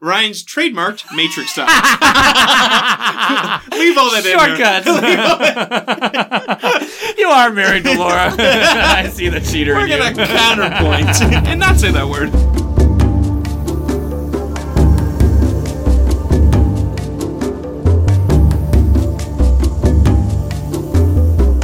Ryan's trademarked Matrix time. Leave all that Shortcuts. in there. you are married to Laura. I see the cheater We're in you. going to counterpoint and not say that word.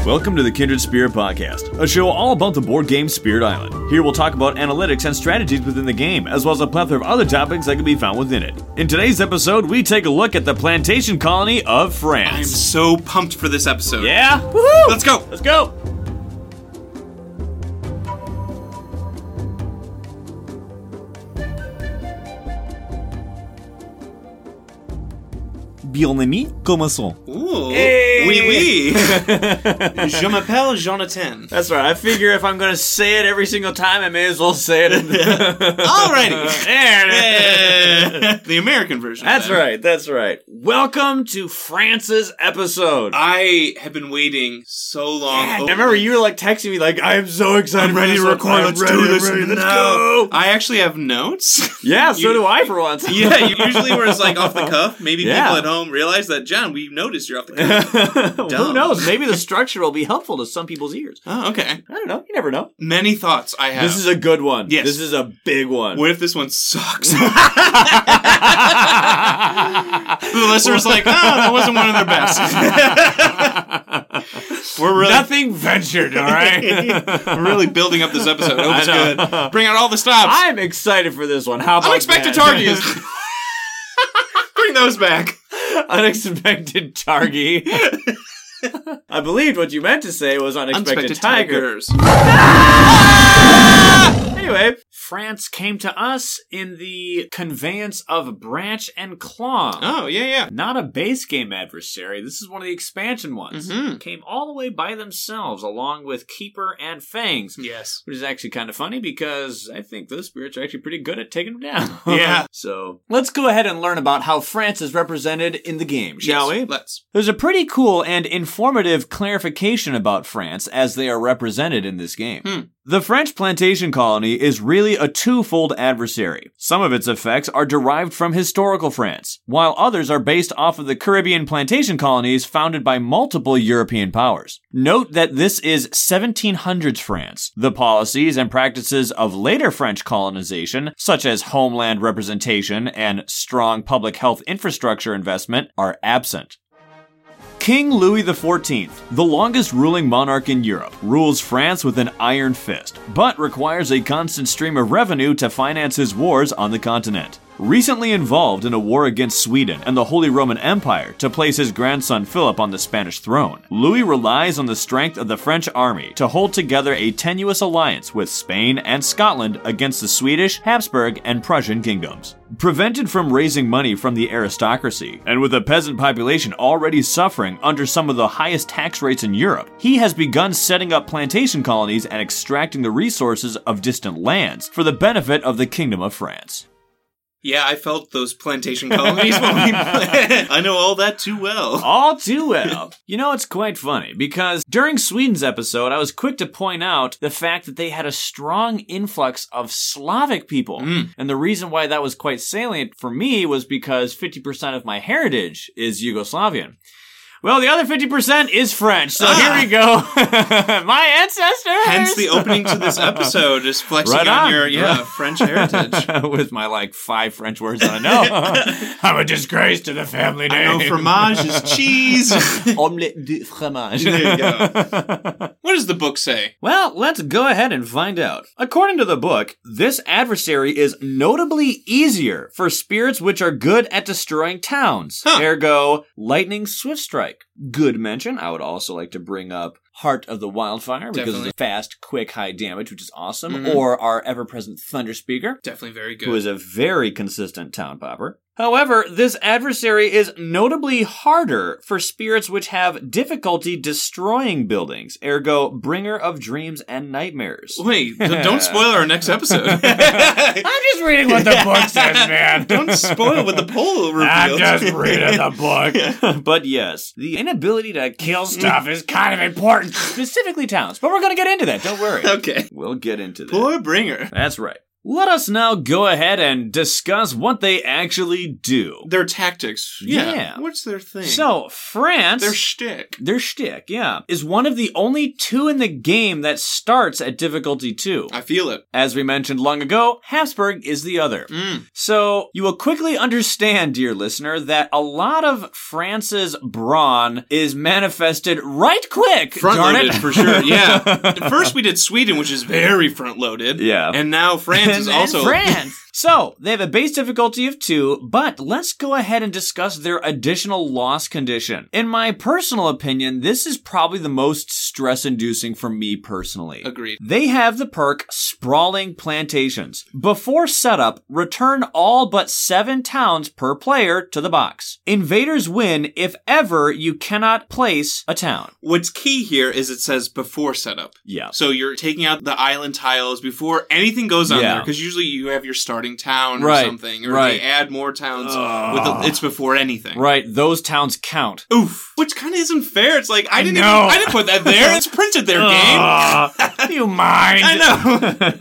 Welcome to the Kindred Spirit Podcast, a show all about the board game Spirit Island. Here we'll talk about analytics and strategies within the game, as well as a plethora of other topics that can be found within it. In today's episode, we take a look at the plantation colony of I'm France. so pumped for this episode. Yeah? Woohoo! Let's go. Let's go! Bienvenue, commençons. Ooh. Hey. Oui, oui. Je m'appelle Jonathan. That's right. I figure if I'm gonna say it every single time, I may as well say it. In the- Alrighty. there it is. Eh, the American version. That's then. right. That's right. Welcome to France's episode. I have been waiting so long. Ah, Oh, I remember you were like texting me, like, "I am so excited. I'm for ready to this one. record. I'm Let's ready, do I'm this ready. Let's now." go." I actually have notes. Yeah, so You- do I for once. yeah, you usually where it's like off the cuff. Maybe Yeah. people at home realize that John, we noticed you're off the cuff. Who Dumb. knows? Maybe the structure will be helpful to some people's ears. oh, okay. I don't know. You never know. Many thoughts I have. This is a good one. Yes. This is a big one. what if this one sucks? the listener's like, oh, that wasn't one of their best. We're really Nothing ventured, all right? We're really building up this episode. I hope it's I know. good. Bring out all the stops. I'm excited for this one. How about Unexpected that? tardies. Bring those back. unexpected targy. I believed what you meant to say was unexpected, tiger. Anyway, France came to us in the conveyance of Branch and Claw. Oh yeah, yeah. Not a base game adversary. This is one of the expansion ones. Mhm. Came all the way by themselves, along with Keeper and Fangs. Yes. Which is actually kind of funny because I think those spirits are actually pretty good at taking them down. Yeah. so let's go ahead and learn about how France is represented in the game, shall we? Let's. There's a pretty cool and informative clarification about France as they are represented in this game. Hmm. The French plantation colony is really a twofold adversary. Some of its effects are derived from historical France, while others are based off of the Caribbean plantation colonies founded by multiple European powers. Note that this is 1700s France. The policies and practices of later French colonization, such as homeland representation and strong public health infrastructure investment, are absent. King Louis XIV, the longest ruling monarch in Europe, rules France with an iron fist, but requires a constant stream of revenue to finance his wars on the continent. Recently involved in a war against Sweden and the Holy Roman Empire to place his grandson Philip on the Spanish throne, Louis relies on the strength of the French army to hold together a tenuous alliance with Spain and Scotland against the Swedish, Habsburg, and Prussian kingdoms. Prevented from raising money from the aristocracy, and with a peasant population already suffering under some of the highest tax rates in Europe, he has begun setting up plantation colonies and extracting the resources of distant lands for the benefit of the Kingdom of France. Yeah, I felt those plantation colonies when we. I know all that too well. All too well. you know, it's quite funny because during Sweden's episode, I was quick to point out the fact that they had a strong influx of Slavic people. And the reason why that was quite salient for me was because 50% of my heritage is Yugoslavian. Well, the other 50% is French. So here we go. my ancestors. Hence the opening to this episode is flexing Right on, on. your yeah French heritage. With my like five French words that I know. I'm a disgrace to the family I name. know fromage is cheese. Omelette de fromage. There you go. What does the book say? Well, let's go ahead and find out. According to the book, this adversary is notably easier for spirits which are good at destroying towns. Huh. Ergo, lightning swift strike. Good mention. I would also like to bring up Heart of the Wildfire because of Definitely. the fast, quick, high damage, which is awesome, Mhm. or our ever present Thunder Speaker Definitely very good. who is a very consistent town popper. However, this adversary is notably harder for spirits which have difficulty destroying buildings, ergo, bringer of dreams and nightmares. Wait, d- don't spoil our next episode. I'm just reading what the book says, man. don't spoil what the poll revealed. I'm just reading the book. but yes, the inability to kill Kill stuff, stuff is kind of important. specifically towns. But we're going to get into that, don't worry. okay. We'll get into that. Poor Bringer. That's right. Let us now go ahead and discuss what they actually do. Their tactics. Yeah. Yeah. What's their thing? So, France. their shtick. their shtick, yeah, is one of the only two in the game that starts at difficulty two. I feel it. As we mentioned long ago, Habsburg is the other. Mm. So you will quickly understand, dear listener, that a lot of France's brawn is manifested right quick. Front darn loaded it. for sure. Yeah. At First we did Sweden, which is very front loaded. Yeah. And now France is And- and also France. so they have a base difficulty of two, but let's go ahead and discuss their additional loss condition. In my personal opinion, this is probably the most stress-inducing for me personally. agreed. They have the perk Sprawling Plantations. Before setup, return all but seven towns per player to the box. Invaders win if ever you cannot place a town. What's key here is it says before setup. Yeah. So you're taking out the island tiles before anything goes on Yeah. there, because usually you have your starting town Right, or something, or right. they add more towns. With the, it's before anything. Right, those towns count. Oof. Which kind of isn't fair. It's like I didn't. Even, know. I didn't put that there. It's printed there, game. Do Ah, you mind? I know. know.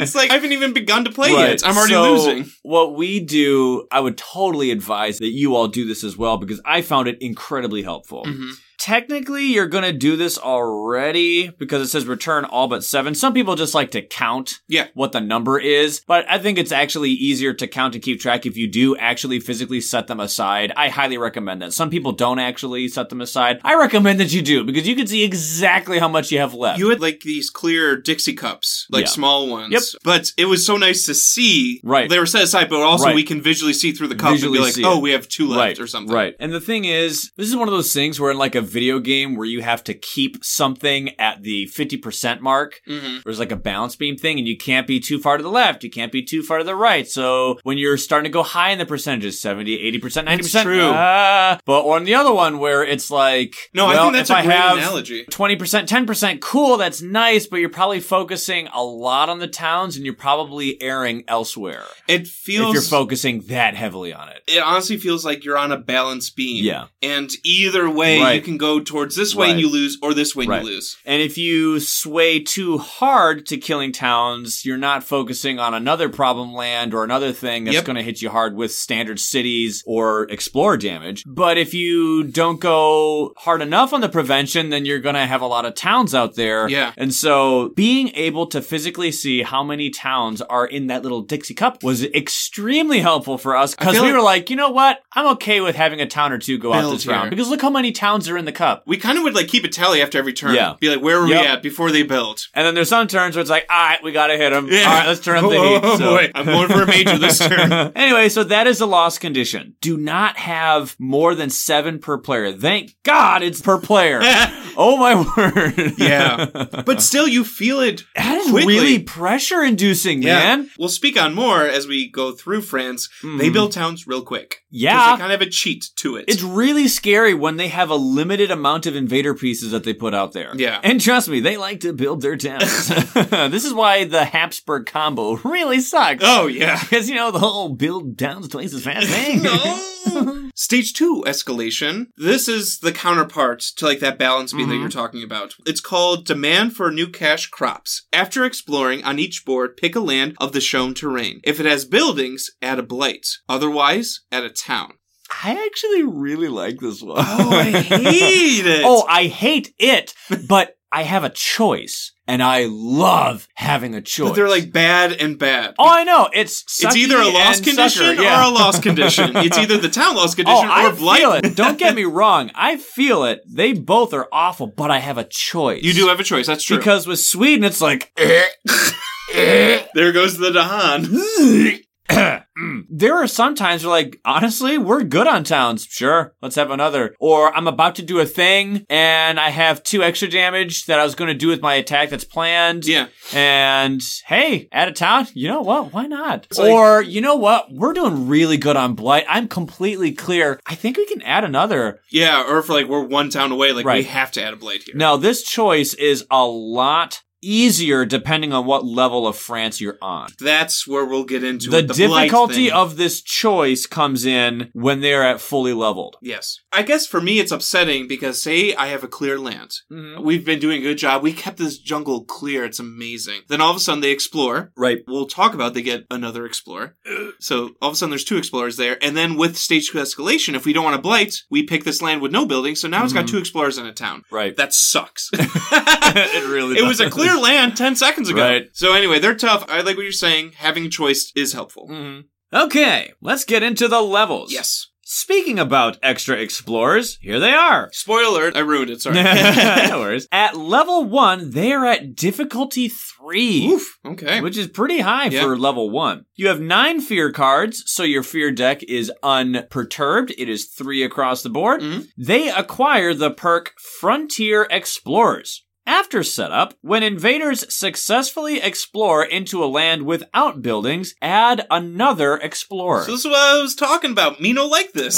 It's like I haven't even begun to play Right. yet. I'm already So, losing. What we do, I would totally advise that you all do this as well because I found it incredibly helpful. Mm-hmm. Technically, you're going to do this already because it says return all but seven. Some people just like to count Yeah. what the number is, but I think it's actually easier to count and keep track if you do actually physically set them aside. I highly recommend that. Some people don't actually set them aside. I recommend that you do because you can see exactly how much you have left. You had like these clear Dixie cups, like Yeah. small ones. Yep. But it was so nice to see. Right. They were set aside, but also Right. we can visually see through the cup Visually and see be like, oh, it. we have two left or something. Right. And the thing is, this is one of those things where in like a video game where you have to keep something at the 50% mark. Mhm. There's like a balance beam thing and you can't be too far to the left. You can't be too far to the right. So when you're starting to go high in the percentages, 70, 80%, 90%. That's true. ah. but on the other one where it's like, No, I well, think that's a if I great have analogy. 20%, 10%, cool, that's nice, but you're probably focusing a lot on the towns and you're probably erring elsewhere It if you're feels. focusing that heavily on it. it honestly feels like you're on a balance beam. Yeah. And either way, you Right. can go towards this way Right. and you lose, or this way and Right. you lose. And if you sway too hard to killing towns, you're not focusing on another problem land or another thing that's Yep. going to hit you hard with standard cities or explorer damage. But if you don't go hard enough on the prevention, then you're going to have a lot of towns out there. Yeah. And so being able to physically see how many towns are in that little Dixie cup was extremely helpful for us because feel we like- were like, you know what? I'm okay with having a town or two go out Build this here. round because look how many towns are in the cup. We kind of would like keep a tally after every turn. Yeah. Be like, where were Yep. we at before they built? And then there's some turns where it's like, all right, we gotta hit him. All right, let's turn up the oh, heat. so. um, boy. I'm going for a major this turn. Anyway, so that is a lost condition. Do not have more than seven per player. Thank God it's per player. oh my word. Yeah. But still, you feel it. That is quickly. really pressure inducing, man. Mm-hmm. We'll speak on more as we go through France. They build towns real quick. 'Cause Yeah. They kind of have a cheat to it. It's really scary when they have a limited amount of invader pieces that they put out there. Yeah. And trust me, they like to build their towns. this is why the Habsburg combo really sucks. oh, yeah. Because, you know, the whole build towns twice as fast thing. No. Stage two escalation. This is the counterpart to like that balance beam Mm-hmm. that you're talking about. It's called demand for new cash crops. After exploring on each board, pick a land of the shown terrain. If it has buildings, add a blight. Otherwise, add a town. I actually really like this one. Oh, I hate it. oh, I hate it, but I have a choice, and I love having a choice. but they're like bad and bad. oh, I know it's It's sucky either a loss and condition sucker, or yeah. a loss condition. It's either the town loss Oh, condition I or blight. feel it. Don't get me wrong. I feel it. They both are awful, but I have a choice. You do have a choice. That's true. Because with Sweden, it's like there goes the Dahan. there are some times where, like, honestly, we're good on towns. Sure, let's have another. Or I'm about to do a thing, and I have two extra damage that I was going to do with my attack that's planned. Yeah. And hey, out of town, you know what? Why not? like- or you know what? We're doing really good on blight. I'm completely clear. I think we can add another. Yeah, or if like we're one town away, like we Right. have to add a blight here. Now, this choice is a lot easier depending on what level of France you're on. That's where we'll get into The, it, blight difficulty thing. of this choice comes in when they're at fully leveled. Yes. I guess for me, it's upsetting because, say, I have a clear land. Mm-hmm. We've been doing a good job. We kept this jungle clear. It's amazing. Then all of a sudden, they explore. Right. We'll talk about they get another explorer. So all of a sudden, there's two explorers there. And then with stage two escalation, if we don't want to blight, we pick this land with no building. So now it's Mm-hmm. got two explorers in a town. Right. That sucks. it really It was a does. clear land 10 seconds ago. Right. So anyway, they're tough. I like what you're saying. Having a choice is helpful. Mm-hmm. Okay, let's get into the levels. Yes. Speaking about extra explorers, here they are. Spoiler alert. I ruined it. Sorry. no worries. At level one, they are at difficulty three. Oof. Okay. Which is pretty high Yeah. for level one. You have nine fear cards, so your fear deck is unperturbed. It is three across the board. Mhm. They acquire the perk Frontier Explorers. After setup, when invaders successfully explore into a land without buildings, add another explorer. So this is what I was talking about. Mino like this.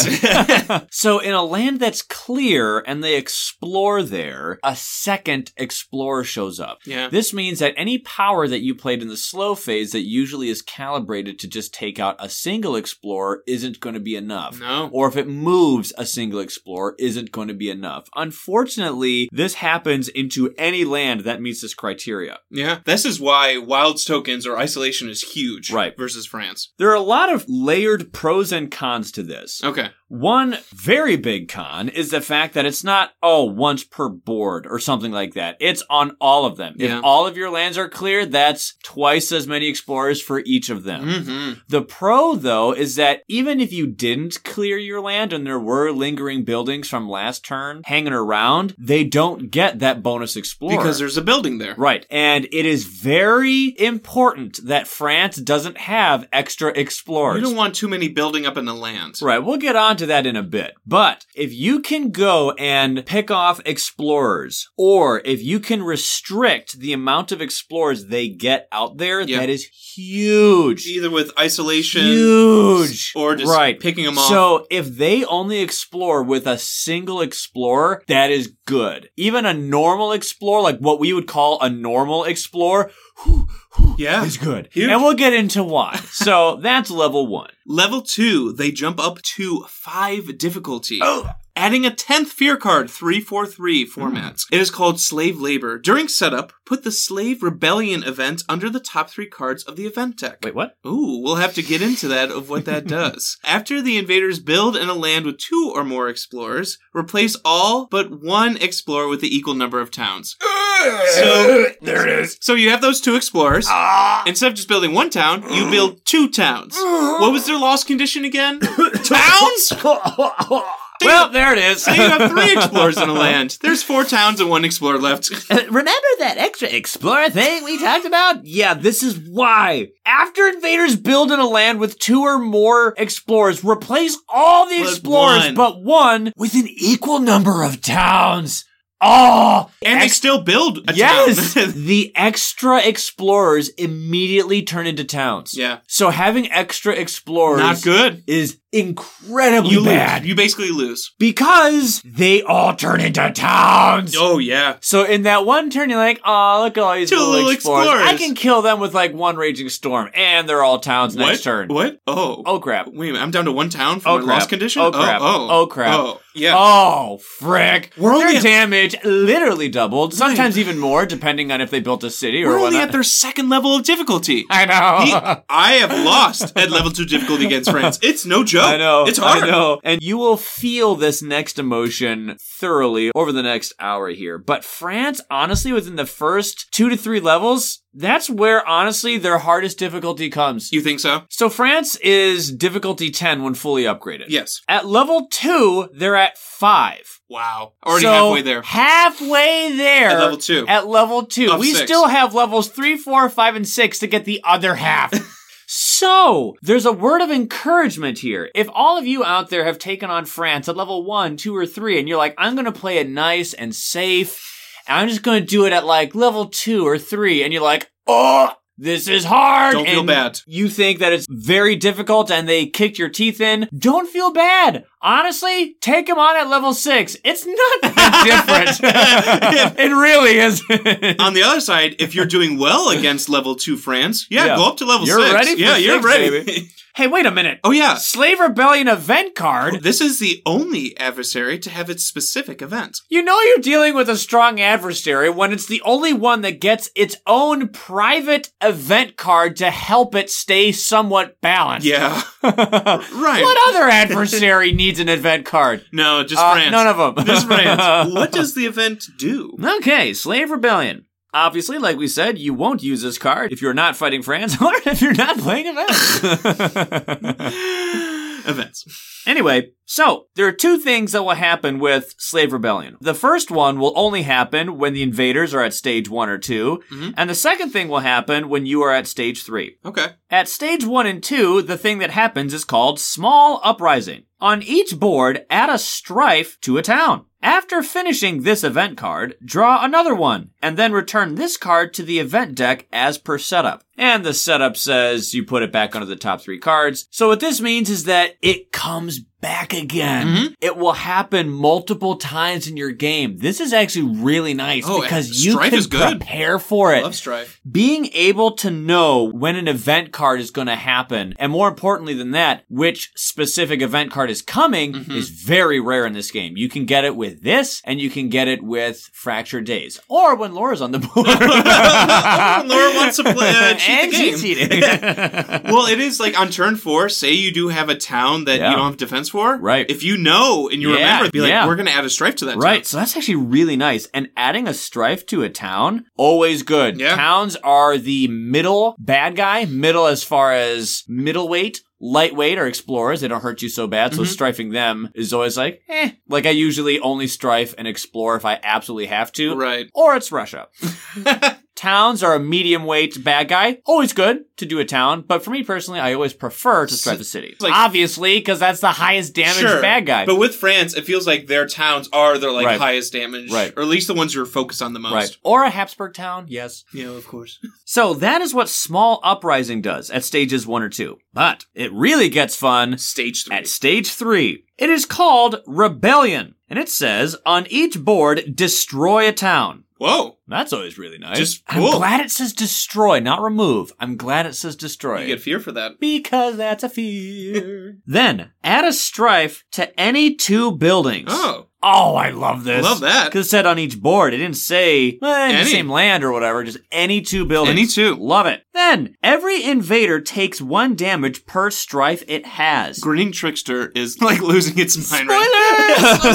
so in a land that's clear and they explore there, a second explorer shows up. yeah. This means that any power that you played in the slow phase that usually is calibrated to just take out a single explorer isn't going to be enough. No. Or if it moves, a single explorer isn't going to be enough. Unfortunately, this happens into any land that meets this criteria. Yeah. This is why wilds tokens or isolation is huge. Right. Versus France. There are a lot of layered pros and cons to this. Okay. One very big con is the fact that it's not, oh, once per board or something like that. It's on all of them. Yeah. If all of your lands are clear, that's twice as many explorers for each of them. hmm The pro, though, is that even if you didn't clear your land and there were lingering buildings from last turn hanging around, they don't get that bonus explorer. Because there's a building there. Right. And it is very important that France doesn't have extra explorers. You don't want too many building up in the land. Right, we'll get on to that in a bit. But if you can go and pick off explorers, or if you can restrict the amount of explorers they get out there, Yeah. that is huge. Either with isolation Huge. or just right. picking them off. So if they only explore with a single explorer, that is good. Even a normal explorer, like what we would call a normal explorer, whew, whew, Yeah. is good. Huge. And we'll get into why. so that's level one. Level two, they jump up to five difficulty. Oh. Adding a 10th fear card, 343 formats. Hmm. It is called Slave Labor. During setup, put the Slave Rebellion event under the top three cards of the event deck. Wait, what? Ooh, we'll have to get into that of what that does. After the invaders build in a land with two or more explorers, replace all but one explorer with the equal number of towns. So- there it is. So you have those two explorers. Ah. Instead of just building one town, you build two towns. What was their loss condition again? towns? well, there it is. Now you have three explorers in a land. There's four towns and one explorer left. Uh, remember that extra explorer thing we talked about? Yeah, this is why. After invaders build in a land with two or more explorers, replace all the With explorers one. but one with an equal number of towns. Oh, And they still build a yes! town. the extra explorers immediately turn into towns. yeah. So having extra explorers Not good. is incredibly You bad lose. You basically lose. because they all turn into towns. Oh, yeah. So in that one turn, you're like, oh, look at all these Two little, little explorers. explorers." I can kill them with like one raging storm, and they're all towns next what? turn. What? Oh. Oh crap! Wait a minute, I'm down to one town for Oh, my loss crap. condition? Oh, crap. Oh, Oh, crap. Oh, yeah. Oh frick! We're only their at- damage literally doubled, sometimes even more, depending on if they built a city or We're only whatnot. at their second level of difficulty. I He- know. I have lost at level two difficulty against France. It's no joke. I know. Oh, It's hard. I know. And you will feel this next emotion thoroughly over the next hour here. But France, honestly, within the first two to three levels, that's where honestly their hardest difficulty comes. You think so? So France is difficulty 10 when fully upgraded. Yes. At level 2, they're at 5. Wow. Already So, halfway there. Halfway there. At level two. At level 2. Of we six. still have levels 3, 4, 5 and 6 to get the other half. So, there's a word of encouragement here. If all of you out there have taken on France at level 1, 2 or 3 and you're like, "I'm going to play it nice and safe. and I'm just going to do it at like level 2 or 3." And you're like, "Oh, this is hard. Don't feel and bad. You think that it's very difficult and they kicked your teeth in. Don't feel bad. Honestly, take him on at level six. It's not that different. it really is. On the other side, if you're doing well against level two France, yeah, Yeah. go up to level You're six. ready for yeah, you're six, ready. baby. hey, wait a minute. oh yeah. Slave Rebellion event card? This is the only adversary to have its specific event. You know you're dealing with a strong adversary when it's the only one that gets its own private event card to help it stay somewhat balanced. Yeah. right. What other adversary needs an event card? No, just Uh, France. none of 'em. Just France. what does the event do? Okay, Slave Rebellion. Obviously, like we said, you won't use this card if you're not fighting France or if you're not playing events. Events. Anyway, so there are two things that will happen with Slave Rebellion. The first one will only happen when the invaders are at stage one or 2 and the second thing will happen when you are at stage three. Okay. At stage one and two, the thing that happens is called small uprising. On each board, add a strife to a town. After finishing this event card, draw another one, and then return this card to the event deck as per setup. And the setup says you put it back under the top three cards. So what this means is that it comes back again. Mm-hmm. It will happen multiple times in your game. This is actually really nice Oh, because you strife can is good. prepare for it Love strife. being able to know when an event card is going to happen, and more importantly than that, which specific event card is coming Mm-hmm. is very rare in this game. You can get it with this, and you can get it with Fractured Days, or when Laura's on the board. Oh, Laura wants to play uh, cheat and the she game. cheated. well, it is like on turn four, say you do have a town that Yeah. you don't have defense for. Right. If you know and you Yeah, remember, be like, yeah. we're going to add a strife to that Right, town. so that's actually really nice. And adding a strife to a town, always good. Yeah. Towns are the middle bad guy, middle as far as middleweight, lightweight are explorers. They don't hurt you so bad. Mm-hmm. So strifing them is always like, eh. Like I usually only strife and explore if I absolutely have to. Right. Or it's Russia. Towns are a medium weight bad guy. Always good to do a town, but for me personally, I always prefer to strife a city. like- Obviously, because that's the highest damage Sure. bad guy. But with France, it feels like their towns are their like Right. highest damage. Right. Or at least the ones you're focused on the most. right. Or a Habsburg town, yes. Yeah, of course. So that is what small uprising does at stages one or two. But it really gets fun Stage three. at stage three. It is called rebellion. And it says on each board, destroy a town. Whoa. That's always really nice. Just I'm cool. glad it says destroy, not remove. I'm glad it says destroy. You get fear for that. because that's a fear. then add a strife to any two buildings. Oh. Oh, I love this. Love that. Because it said on each board, it didn't say eh, in the Any. same land or whatever, just any two buildings. Any two. Love it. Then, every invader takes one damage per strife it has. Grinning Trickster is like losing its mind right Spoilers! I'm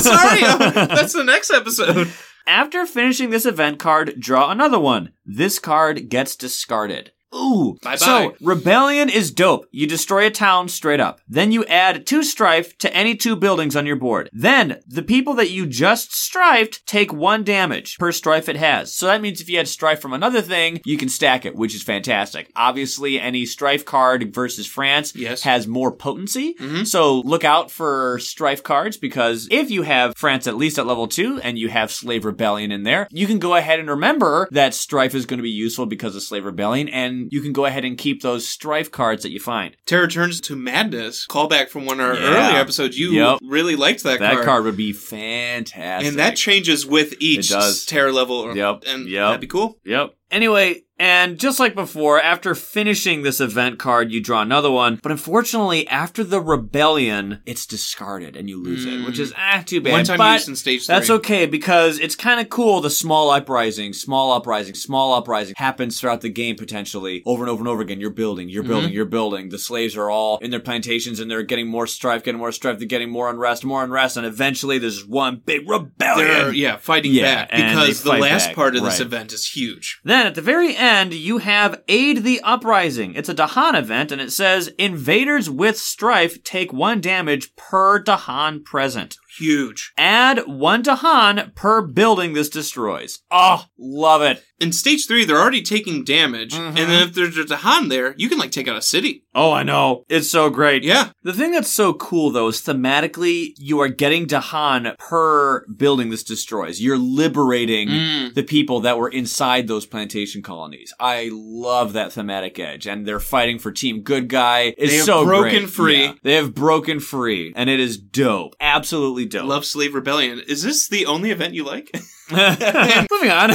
sorry. That's the next episode. After finishing this event card, draw another one. This card gets discarded. Ooh. Bye-bye. So, Rebellion is dope. You destroy a town straight up. Then you add two strife to any two buildings on your board. Then, the people that you just strifed take one damage per strife it has. So that means if you had strife from another thing, you can stack it, which is fantastic. Obviously, any strife card versus France Yes. has more potency. Mm-hmm. So look out for strife cards because if you have France at least at level two and you have slave rebellion in there, you can go ahead and remember that strife is going to be useful because of slave rebellion and you can go ahead and keep those strife cards that you find. Terror turns to madness. Callback from one of our Yeah. earlier episodes. You Yep. really liked that, That card. card would be fantastic. and that changes with each It does. terror level. Or, Yep. And Yep. that'd be cool. Yep. Anyway, and just like before, after finishing this event card, you draw another one. But unfortunately, after the rebellion, it's discarded and you lose it, which is ah too bad. Hmm. One time but use in stage three. That's okay because it's kind of cool. The small uprising, small uprising, small uprising happens throughout the game potentially over and over and over again. You're building, you're building, you're building. The slaves are all in their plantations and they're getting more strife, getting more strife, they're getting more unrest, more unrest, and eventually there's one big rebellion. They're, yeah, fighting Oh, Yeah, back and they because the fight last back, part of this right. event is huge. Then at the very end, you have Aid the Uprising. It's a Dahan event, and it says invaders with strife take one damage per Dahan present. Huge. Add one to Han per building this destroys. Oh, love it. In stage three, they're already taking damage, and then Mm-hmm. if there's, there's a Han there, you can like take out a city. Oh, I know. It's so great. Yeah. The thing that's so cool though is thematically you are getting to Han per building this destroys. You're liberating Mm. the people that were inside those plantation colonies. I love that thematic edge and they're fighting for team good guy. It's They have so broken great. free. Yeah. They have broken free and it is dope. Absolutely dope. Love Slave Rebellion. Is this the only event you like? Moving on.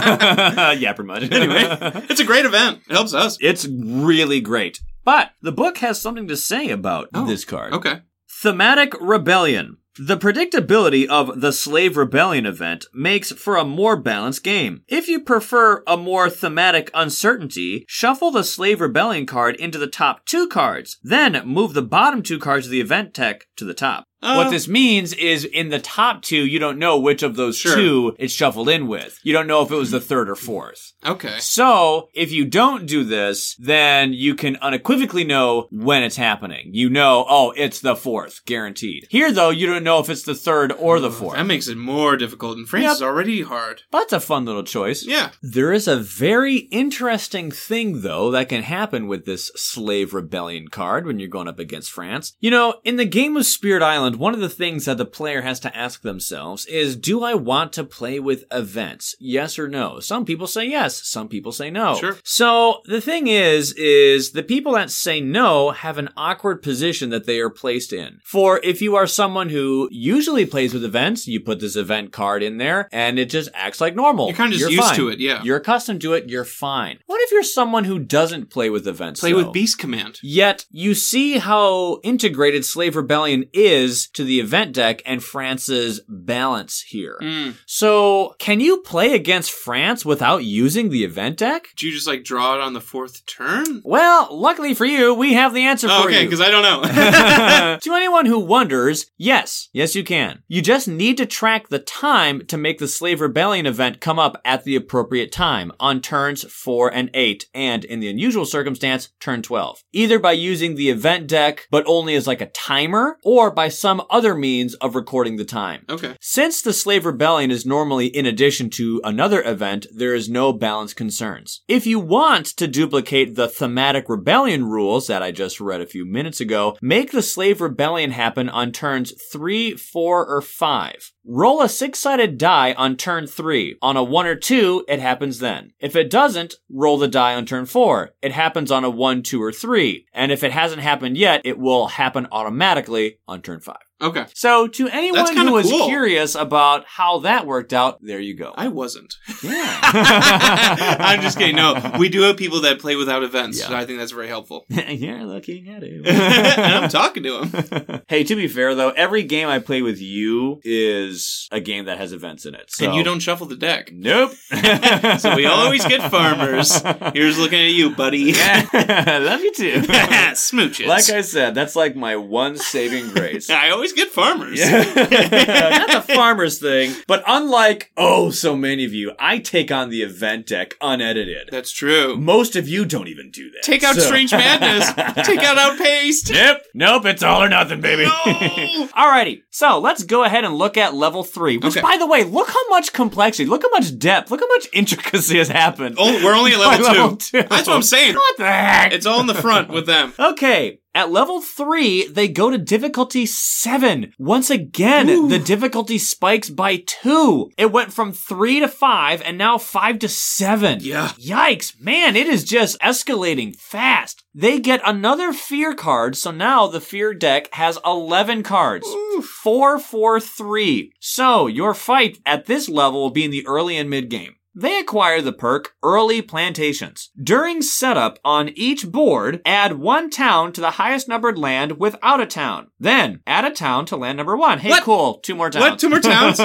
yeah, pretty much. anyway, it's a great event. It helps us. It's really great. But the book has something to say about Oh, this card. Okay. Thematic Rebellion. The predictability of the Slave Rebellion event makes for a more balanced game. If you prefer a more thematic uncertainty, shuffle the Slave Rebellion card into the top two cards, then move the bottom two cards of the event tech to the top. Uh, what this means is in the top two, you don't know which of those Sure. two it's shuffled in with. You don't know if it was the third or fourth. Okay. So, if you don't do this, then you can unequivocally know when it's happening. You know, oh, it's the fourth, guaranteed. Here, though, you don't know if it's the third or the That fourth. makes it more difficult, and France Yep. is already hard. That's a fun little choice. Yeah. There is a very interesting thing, though, that can happen with this slave rebellion card when you're going up against France. You know, in the game of Spirit Island, one of the things that the player has to ask themselves is, do I want to play with events? Yes or no? Some people say yes, some people say no. Sure. So the thing is, is the people that say no have an awkward position that they are placed in. For if you are someone who usually plays with events, you put this event card in there and it just acts like normal. You're kinda just used to it, yeah. Oh, You're accustomed to it, you're fine. What if you're someone who doesn't play with events? Play though? with Beast Command. Yet you see how integrated Slave Rebellion is to the event deck and France's balance here. Mm. So, can you play against France without using the event deck? Do you just like draw it on the fourth turn? Well, luckily for you, we have the answer Oh, for okay, you. because I don't know. to anyone who wonders, yes, yes, you can. You just need to track the time to make the Slave Rebellion event come up at the appropriate time on turns 4 and 8, and in the unusual circumstance, turn 12. Either by using the event deck, but only as like a timer, or by some other means of recording the time. okay. Since the slave rebellion is normally in addition to another event, there is no balance concerns. If you want to duplicate the thematic rebellion rules that I just read a few minutes ago, make the slave rebellion happen on turns 3, 4, or 5. Roll a six-sided die on turn 3. On a 1 or 2, it happens then. If it doesn't, roll the die on turn 4. It happens on a 1, 2, or 3. And if it hasn't happened yet, it will happen automatically on turn 5. Okay. So to anyone kinda who was cool. curious about how that worked out, there you go. I wasn't. yeah. I'm just kidding. No, we do have people that play without events. Yeah. So I think that's very helpful. You're looking at and it. I'm talking to him. hey, to be fair though, every game I play with you is a game that has events in it. So. And you don't shuffle the deck. Nope. So we always get farmers. Here's looking at you, buddy. Yeah. Love you too. Smooches. like I said, that's like my one saving grace. I always get farmers. That's a farmer's thing. But unlike, oh, so many of you, I take on the event deck unedited. That's true. Most of you don't even do that. Take out So- Strange Madness. Take out Outpaced. Nope. Nope. It's all or nothing, baby. No! Alrighty, so let's go ahead and look at level three. Which, Okay. by the way, look how much complexity, look how much depth, look how much intricacy has happened. Oh, we're only at By level, level two. two. That's what I'm saying. What the heck? It's all in the front with them. Okay, at level three, they go to difficulty seven. Once again, the difficulty spikes by two. It went from three to five and now five to seven. Yeah. Yikes, man, it is just escalating fast. They get another fear card, so now the fear deck has 11 cards. Four, four, three. So your fight at this level will be in the early and mid game. They acquire the perk Early Plantations. During setup on each board, add one town to the highest numbered land without a town. Then add a town to land number one. Hey, What? cool. Two more towns. What? Two more towns?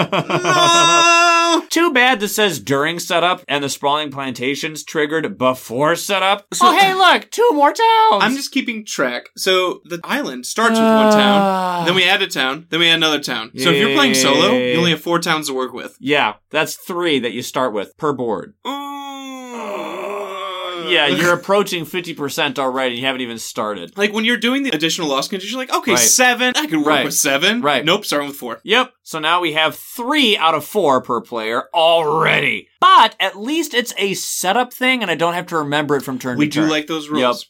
no! Too bad this says during setup and the sprawling plantations triggered before setup. oh, hey, look, two more towns. I'm just keeping track. So the island starts with one town, Ah. then we add a town, then we add another town. So if you're playing solo, you only have four towns to work with. yeah, that's three that you start with per board. Oh, yeah, you're approaching 50% already. You haven't even started. Like when you're doing the additional loss condition, you're like, okay, Right. seven. I can work Right. with seven. Right. Nope, starting with four. Yep. So now we have three out of four per player already. But at least it's a setup thing, and I don't have to remember it from turn We to do turn. like those rules.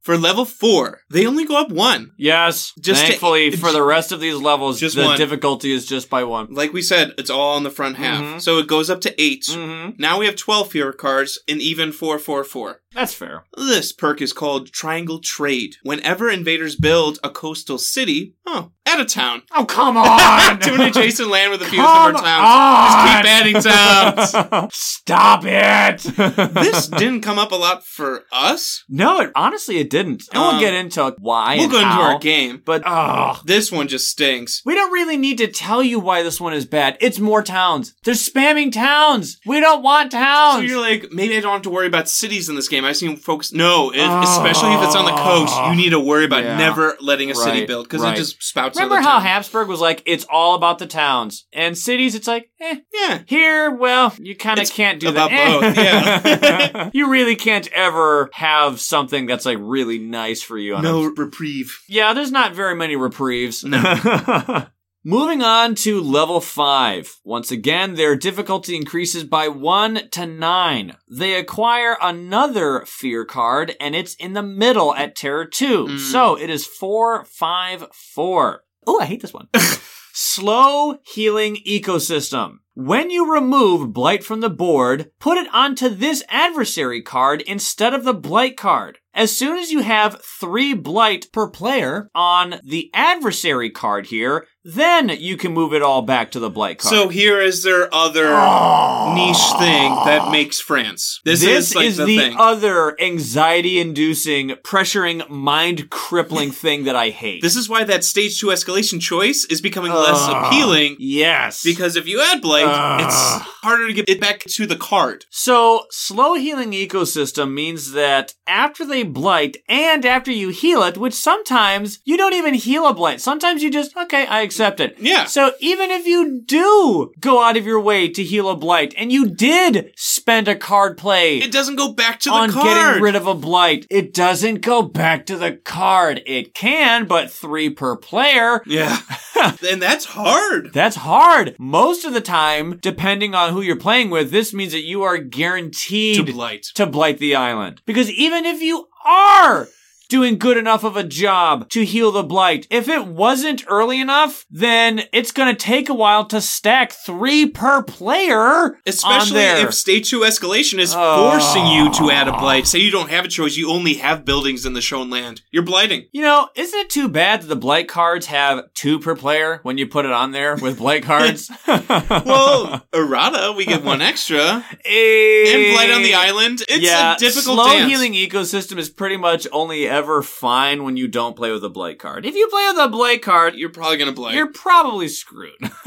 For level four, they only go up one. Yes. Just to- Thankfully, for the rest of these levels, Just the one. difficulty is just by one. Like we said, it's all on the front half. Mhm. So it goes up to 8 Mm-hmm. Now we have 12 hero cards and even 444. That's fair. This perk is called Triangle Trade. Whenever invaders build a coastal city, oh, at a town, Oh, come on! to an adjacent land with a fewest number of towns. Just keep adding towns. towns. Stop it. this didn't come up a lot for us. no, it, honestly, it didn't. And we'll Um, get into why. We'll and go into how, our game, But ugh. this one just stinks. We don't really need to tell you why this one is bad. It's more towns. They're spamming towns. We don't want So towns. you're like, maybe I don't have to worry about cities in this game. I've seen folks. No, if, especially if it's on the coast, you need to worry about Yeah. never letting a city Right, build because right. it just spouts. out of Remember the how top. Habsburg was like, it's all about the towns and cities. It's like, eh, yeah, here, well, you kind of It's can't do about that. both, yeah. you really can't ever have something that's like really nice for you on a no reprieve. Yeah, there's not very many reprieves. Moving on to level 5. Once again, their difficulty increases by 1 to 9. They acquire another fear card, and it's in the middle at Terror 2. Mm. So it is 454. Oh, I hate this one. Slow healing ecosystem. When you remove Blight from the board, put it onto this adversary card instead of the Blight card. As soon as you have three Blight per player on the adversary card here, then you can move it all back to the Blight card. So here is their other niche thing that makes France. This, this, is like is the, the thing. other anxiety inducing, pressuring, mind crippling thing that I hate. this is why that stage two escalation choice is becoming less appealing yes. because if you add blight, it's harder to get it back to the card. So, slow healing ecosystem means that after they blight and after you heal it, which sometimes you don't even heal a blight. Sometimes you just, okay, I accept it. Yeah. So, even if you do go out of your way to heal a blight and you did spend a card play It doesn't go back to the on card. getting rid of a blight, it doesn't go back to the card. It can, but three per player. yeah, and that's hard. That's hard. Most of the time, depending on who you're playing with, this means that you are To guaranteed blight. to blight the island. Because even if you are doing good enough of a job to heal the blight, if it wasn't early enough, then it's going to take a while to stack three per player. on Especially there. if stage two escalation is Oh. forcing you to add a blight. Say you don't have a choice, you only have buildings in the shown land. You're blighting. You know, isn't it too bad that the blight cards have two per player when you put it on there with blight cards? Well, errata, we get one extra. and and blight on the island. It's Eh, yeah, a difficult slow dance. healing ecosystem is pretty much only ever fine when you don't play with a blight card. If you play with a blight card, You're probably gonna blight. you're probably screwed.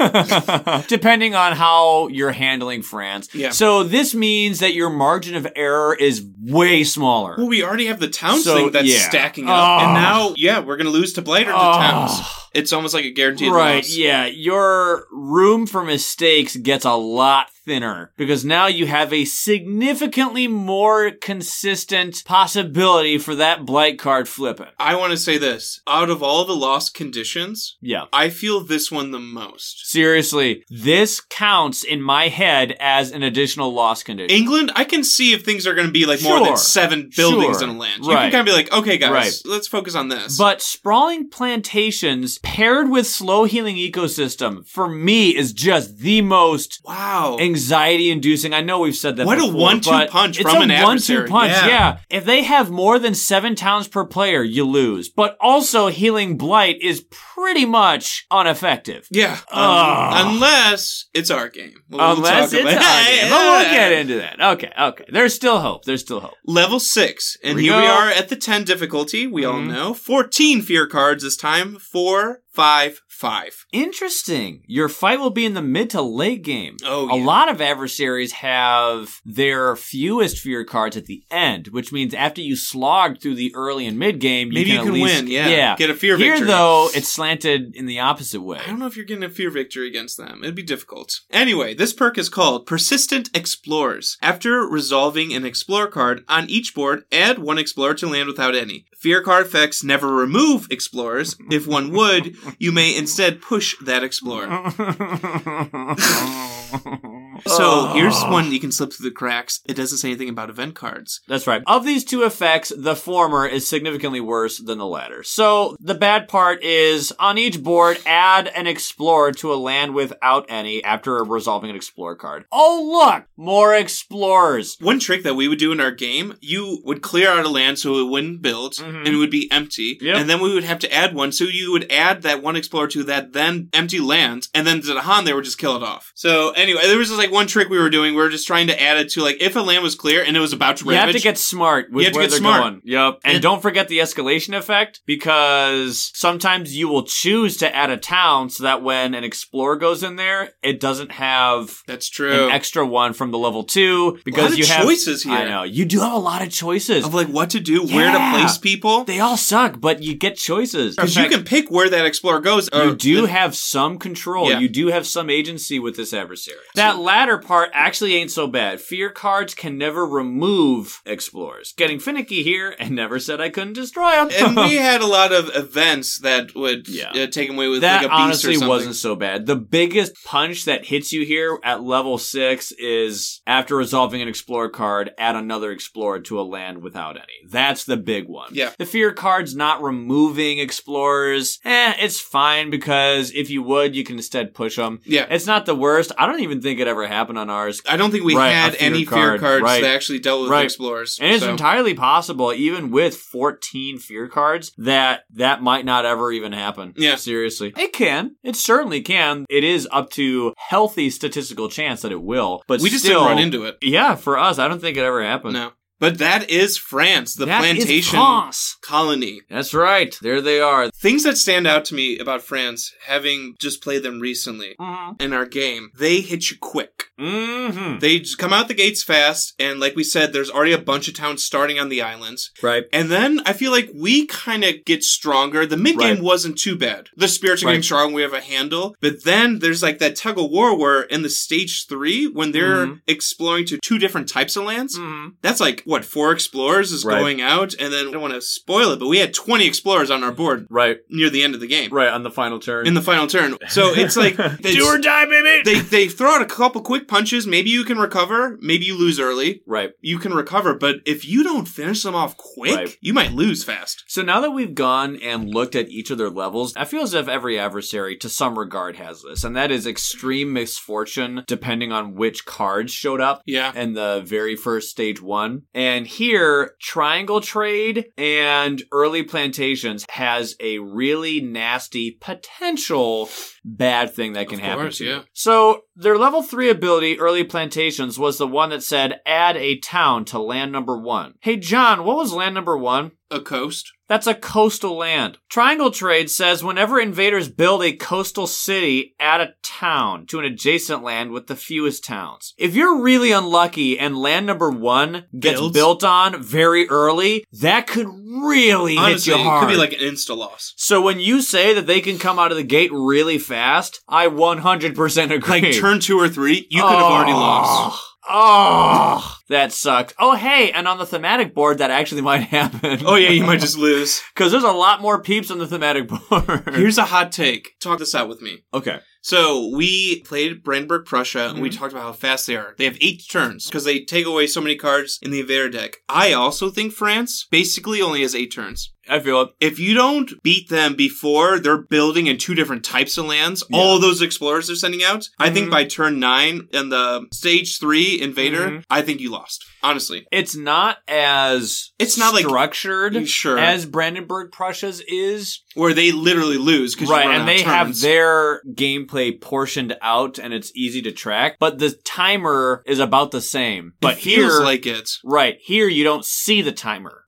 Depending on how you're handling France. Yeah. So this means that your margin of error is way smaller. well, we already have the towns So, thing that's yeah. Oh. stacking up, Ugh. and now yeah, we're gonna lose to blight or to Ugh. towns. It's almost like a guaranteed Right, loss. yeah. Your room for mistakes gets a lot thinner because now you have a significantly more consistent possibility for that blight card flipping. I want to say this: out of all the lost conditions, Yeah. I feel this one the most. Seriously, this counts in my head as an additional loss condition. England, I can see if things are going to be like more Sure. than seven buildings Sure. in a land. You Right. can kind of be like, okay, guys, Right. let's focus on this. But sprawling plantations paired with slow healing ecosystem for me is just the most wow, anxiety inducing. I know we've said that. What a before, one-two but punch it's from a an one-two adversary. punch. Yeah. Yeah. If they have more than seven towns per player, you lose. But also healing blight is pretty much ineffective. yeah, Ugh. um, unless it's our game. We'll Ah. Unless talk it's our about- game. But we'll get into that. Okay, okay. There's still hope. There's still hope. Level six, and Here here we we go. are at the ten difficulty. We all Mhm. know fourteen fear cards this time. Four five five. Interesting. Your fight will be in the mid to late game. Oh, A yeah. lot of adversaries have their fewest fear cards at the end, which means after you slog through the early and mid game, Maybe you you can, can at least, win, yeah. Get a fear Here, victory. though, it's slanted in the opposite way. I don't know if you're getting a fear victory against them. It'd be difficult. Anyway, this perk is called Persistent Explorers. After resolving an explore card on each board, add one explorer to land without any. Fear card effects never remove explorers. If one would, you may instead push that explorer. Oh. So here's one you can slip through the cracks. It doesn't say anything about event cards. That's right. Of these two effects, the former is significantly worse than the latter. So the bad part is on each board, add an explorer to a land without any after resolving an explorer card. Oh, look! More explorers. One trick that we would do in our game, you would clear out a land so it wouldn't build and it would be empty. Yep. And then we would have to add one. So you would add that one explorer to that then empty land. And then the Han there would just kill it off. So anyway, there was just like one trick we were doing. We were just trying to add it to like if a land was clear and it was about to You have ravage. to get smart with You have to where get they're smart. going. Yep. And It- don't forget the escalation effect because sometimes you will choose to add a town so that when an explorer goes in there, it doesn't have That's true. an extra one from the level two because of you have choices here. I know you do have a lot of choices. of like what to do, where to Yeah. place people. they all suck, but you uh, get choices. Because you can pick where that explorer goes. or- You do have some control. Yeah. You do have some agency with this adversary. That latter part actually ain't so bad. Fear cards can never remove explorers. Getting finicky here, and never said I couldn't destroy them. and we had a lot of events that would Yeah. uh, take him away with that like a beast or honestly something. wasn't so bad. The biggest punch that hits you here at level six is after resolving an explorer card, add another explorer to a land without any. That's the big one. Yeah. The fear card's not removing explorers. Eh, it's fine because if you would, you can instead push them. Yeah. It's not the worst. I don't even think it ever happened on ours. I don't think we Right, had a fear any fear card, cards right. that actually dealt with Right. explorers. And it's so- entirely possible, even with 14 fear cards, that that might not ever even happen. Yeah. Seriously. It can. It certainly can. It is up to healthy statistical chance that it will. But we just still, didn't run into it. Yeah, for us, I don't think it ever happened. No. But that is France, the That is plantation France. colony. That's right. There they are. Things that stand out to me about France, having just played them recently in our game, they hit you quick. Mm-hmm. They just come out the gates fast, and like we said, there's already a bunch of towns starting on the islands. Right. And then I feel like we kind of get stronger. The mid game Right. wasn't too bad. The spirits are Right. getting strong. We have a handle. But then there's like that tug of war where in the stage three, when they're Mhm. exploring to two different types of lands, Mm-hmm. that's like what four explorers is Right. going out. And then I don't want to spoil it, but we had 20 explorers on our board Right. near the end of the game. Right. On the final turn. In the final turn. So it's like Do or die, baby. they, they throw out a couple quick punches. Maybe you can recover. Maybe you lose early. right. You can recover. But if you don't finish them off quick, Right. you might lose fast. So now that we've gone and looked at each of their levels, I feel as if every adversary to some regard has this, and that is extreme misfortune depending on which cards showed up. Yeah. in the very first stage one. And here, Triangle Trade and Early Plantations has a really nasty potential bad thing that can Of happen course, to you. yeah. So their level three ability, Early Plantations, was the one that said add a town to land number one. Hey John, what was land number one? A coast. That's a coastal land. Triangle Trade says whenever invaders build a coastal city, add a town to an adjacent land with the fewest towns. If you're really unlucky and land number one gets Builds? built on very early, that could really Honestly, hit you it hard. could be like an insta loss. so when you say that they can come out of the gate really fast, I 100% agree. Like turn two or three, you could have already lost. Oh, that sucked. Oh, hey, and on the thematic board, that actually might happen. Oh yeah, you might just lose. Because there's a lot more peeps on the thematic board. Here's a hot take. Talk this out with me. okay. So we played Brandenburg Prussia, and Mm-hmm. we talked about how fast they are. They have eight turns because they take away so many cards in the invader deck. I also think France basically only has eight turns. I feel it. if you don't beat them before they're building in two different types of lands, all those explorers they're sending out, I Mm-hmm. think by turn nine and the stage three invader, Mm-hmm. I think you lost. Honestly. It's not as It's not like- structured Sure. as Brandenburg Prussia's is. Where they literally lose because Right, and they have turns. their gameplay portioned out and it's easy to track, but the timer is about the same. But it here feels like it. Right, here you don't see the timer.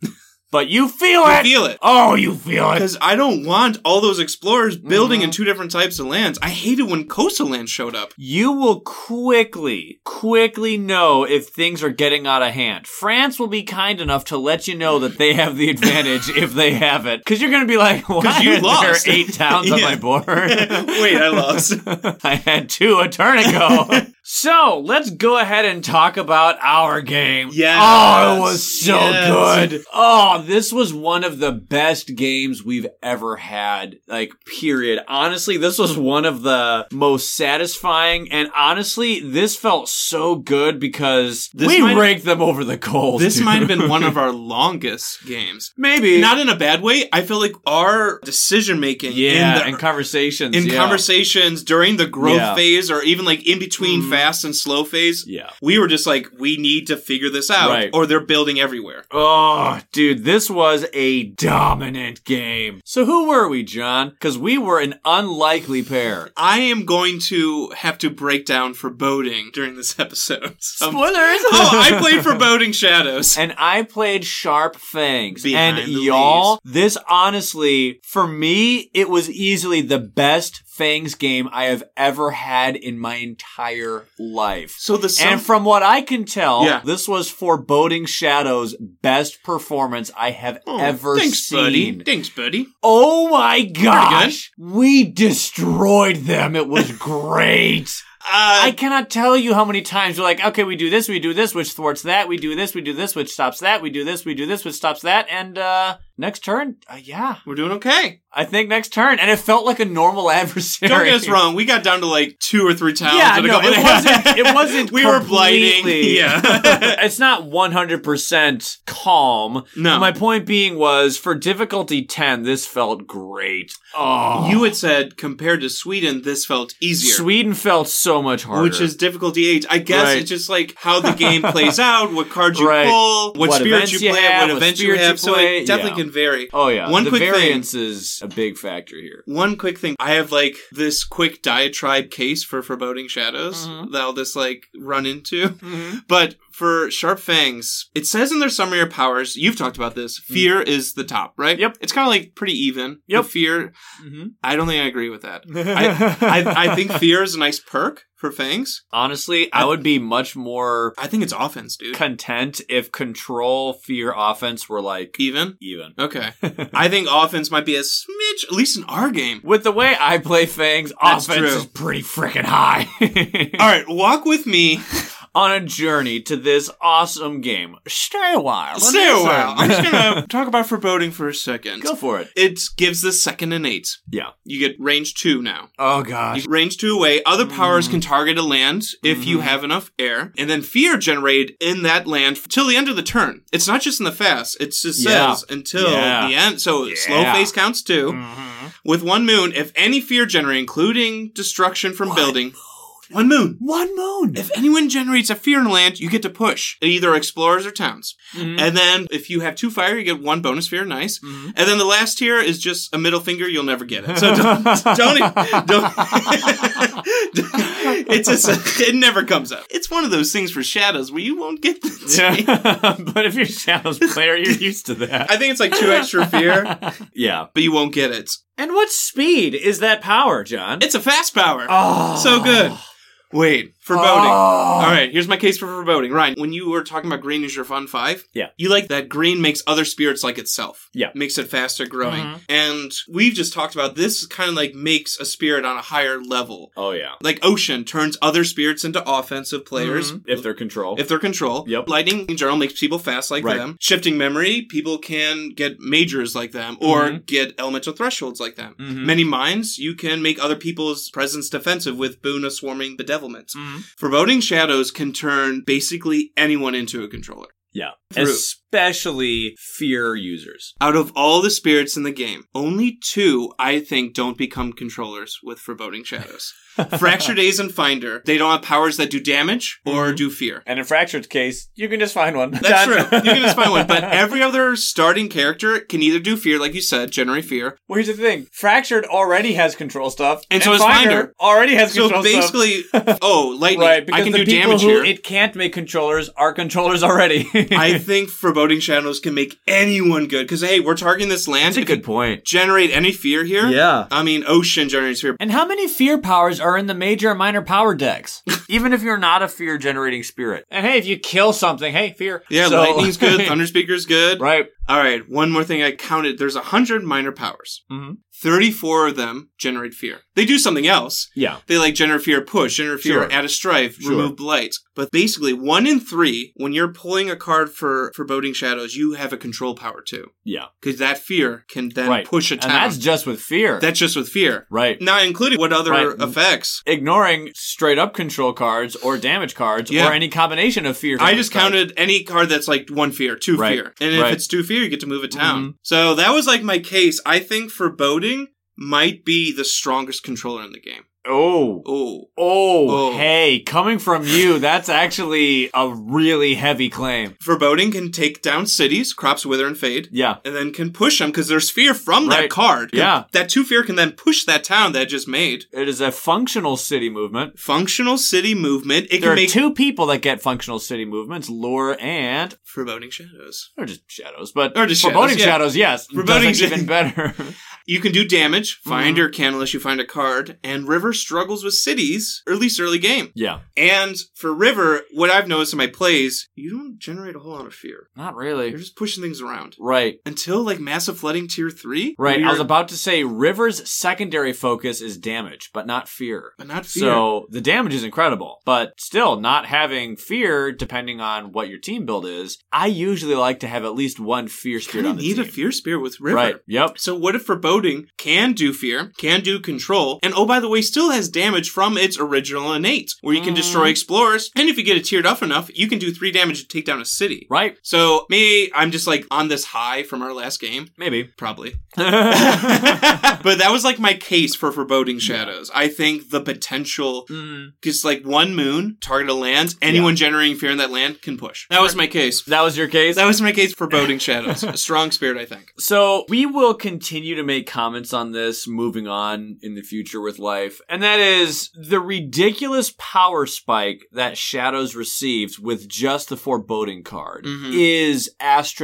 but you feel You it. feel it. oh, you feel it. Because I don't want all those explorers building Mm-hmm. in two different types of lands. I hated when coastal lands showed up. You will quickly, quickly know if things are getting out of hand. France will be kind enough to let you know that they have the advantage if they have it. Because you're going to be like, why you are lost." there eight towns on Yeah. my board? Wait, I lost. I had two a turn ago. so let's go ahead and talk about our game. Yes. Oh, it was so Yes. good. Oh, this was one of the best games we've ever had. Like, period. Honestly, this was one of the most satisfying. And honestly, this felt so good because This we might- raked them over the coals. This dude. might have been one of our longest games. maybe Not in a bad way. I feel like our decision making Yeah, in the in conversations. in yeah. conversations during the growth Yeah. Mm. phase or even like in between fast and slow phase, Yeah. we were just like, we need to figure this out Right. or they're building everywhere. Oh, dude, this was a dominant game. So who were we, John? Because we were an unlikely pair. I am going to have to break down foreboding during this episode. Um, Some- Spoilers! oh, I played foreboding shadows. and I played Sharp Fangs. Behind and the y'all, this honestly, for me, it was easily the best Fangs game I have ever had in my entire life. So the some- and from what I can tell, Yeah. this was Foreboding Shadow's best performance I have Oh, ever thanks, seen. buddy. Thanks, buddy. Oh my gosh! We destroyed them. It was great. I Uh, cannot tell you how many times we're like, okay, we do this, we do this, which thwarts that, we do this, we do this, which stops that, we do this, we do this, which stops that, and uh next turn, uh, yeah, we're doing okay. I think next turn, and it felt like a normal adversary. Don't get us wrong. We got down to like two or three towns. Yeah, and a no, couple it wasn't. It wasn't. we were blighting. completely- Yeah. it's not 100% calm. No. My point being was for difficulty 10, this felt great. Oh. you had said compared to Sweden, this felt easier. Sweden felt so much harder. Which is difficulty eight. I guess Right. it's just like how the game plays out, what cards you Right. pull, what, What spirits events you you play, have, what what events you spirits you have. so play, it definitely yeah. can vary. Oh yeah. One the quick variance is a big factor here. One quick thing. I have like this quick diatribe case for Foreboding Shadows Mm-hmm. that I'll just like run into. But for Sharp Fangs, it says in their summary of powers, you've talked about this, fear is the top, right? Mm. Yep. It's kind of like pretty even. The Yep. fear, I don't think I agree with that. I, I, I think fear is a nice perk for Fangs. Honestly, I would be much more I think it's offense, dude. content if control, fear, offense were like Even. even. Okay. I think offense might be a smidge, at least in our game. With the way I play Fangs, That's offense true. is pretty freaking high. All right, walk with me. on a journey to this awesome game. Stay a while. Stay a Listen. while. I'm just gonna talk about foreboding for a second. Go for it. It gives the second and eight. Yeah. You get range two now. Oh You gosh. range two away. Other powers Mm. can target a land if you Mm-hmm. have enough air, and then fear generated in that land till the end of the turn. It's not just in the fast. It just Yeah. says until Yeah. the end. So slow Yeah. Mm. phase counts too. With one moon, if any fear generated, including destruction from building, one moon. One moon. If anyone generates a fear in a land, you get to push either explorers or towns. Mm-hmm. And then if you have two fire, you get one bonus fear. Nice. And then the last tier is just a middle finger. You'll never get it. So don't, don't, don't it's just, it never comes up. It's one of those things for shadows where you won't get the tier. yeah. but if you're a Shadows player, you're used to that. I think it's like two extra fear, yeah. but you won't get it. And what speed is that power, John? It's a fast power. oh. So good. Wait, foreboding. Oh. All right, here's my case for foreboding. Ryan, when you were talking about green is your fun five, Yeah. you like that green makes other spirits like itself. Yeah. makes it faster growing. And we've just talked about this kind of like makes a spirit on a higher level. Oh yeah. Like ocean turns other spirits into offensive players. If they're control. Mm-hmm. If they're control, Mm-hmm. Yep. lightning in general makes people fast like Right. them. Shifting memory, people can get majors like them or Mhm. get elemental thresholds like them. Mm-hmm. Many minds, you can make other people's presence defensive with boon of swarming bedevilment. Foreboding Shadows can turn basically anyone into a controller. yeah. True. Especially fear users. Out of all the spirits in the game, only two, I think, don't become controllers with Foreboding Shadows. Fractured A's and Finder, they don't have powers that do damage or Mm-hmm. do fear. And in Fractured's case, you can just find one. That's true. You can just find one. But every other starting character can either do fear, like you said, generate fear. Well, here's the thing. Fractured already has control stuff, And so does Finder. already has So control basically, oh, stuff. lightning, right? I Because can the do people damage who here. it can't make controllers are controllers already. I think foreboding shadows can make anyone good because hey, we're targeting this land. That's a If you good point. generate any fear here. Yeah. I mean, ocean generates fear. And how many fear powers are in the major and minor power decks? Even if you're not a fear generating spirit. And hey, if you kill something, hey, fear. Yeah, So- lightning's good. Thunderspeaker's good. Right. All right, one more thing I counted. There's 100 minor powers. Mhm. 34 of them generate fear. They do something else. yeah. They like generate fear push, generate fear Sure. add a strife, Sure. remove blight. But basically, one in three, when you're pulling a card for foreboding shadows, you have a control power too. Yeah. Because that fear can then Right. push a And town. that's just with fear. That's just with fear. right. Not including what other Right. effects. Ignoring straight up control cards or damage cards Yeah. or any combination of fear. I damage just cards. counted any card that's like one fear, two Right. fear. And if Right. Mm-hmm. it's two fear, you get to move it down. So that was like my case. I think foreboding might be the strongest controller in the game. Oh. Oh. Oh, Oh. hey, coming from you, that's actually a really heavy claim. Foreboding can take down cities, crops wither and fade, Yeah. and then can push them because there's fear from that Right. card. Yeah. That two fear can then push that town that it just made. It is a functional city movement. Functional city movement. It There can are make two people that get functional city movements, Lore and foreboding shadows. or just shadows, but Or just foreboding shadows, shadows, yes. Foreboding Foreboding sha- even better. You can do damage, Mm-hmm. find your can unless you find a card, and River struggles with cities, or at least early game. yeah. And for River, what I've noticed in my plays, you don't generate a whole lot of fear. Not You're really. just pushing things around. Right. Until like massive flooding tier three. Right. where I was you're- about to say River's secondary focus is damage, but not fear. but not fear. So the damage is incredible, but still not having fear, depending on what your team build is. I usually like to have at least one fear you spirit kind on of the need team. a fear spirit with River. Right. Yep. So what if foreboding can do fear, can do control, and oh by the way, still has damage from its original innate, where you can Mm. destroy explorers, and if you get it tiered up enough, you can do three damage to take down a city. Right. So me, I'm just like on this high from our last game, Maybe. probably. mm, But that was like my case for foreboding shadows. I think the potential Mm-hmm. Because like one moon, target a land, anyone generating fear in that land can push. That was my case. that was your case. That was my case for Boding Shadows. a strong spirit, I think. So we will continue to make comments on this moving on in the future with life. And that is the ridiculous power spike that Shadows receives with just the foreboding card Mhm. is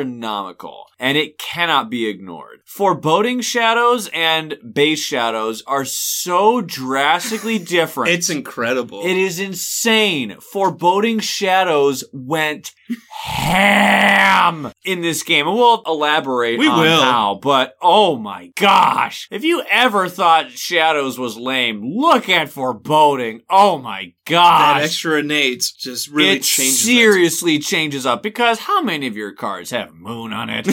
astronomical and it cannot be ignored. Foreboding Shadows and base Shadows are so drastically different. It's incredible. It is insane. Foreboding Shadows went ham in this game. And we'll elaborate We on will. how, but oh my gosh. If you ever thought Shadows was lame, look at Foreboding. Oh my that gosh. extra innate just really it changes. it. seriously changes up because how many of your cards have moon on it?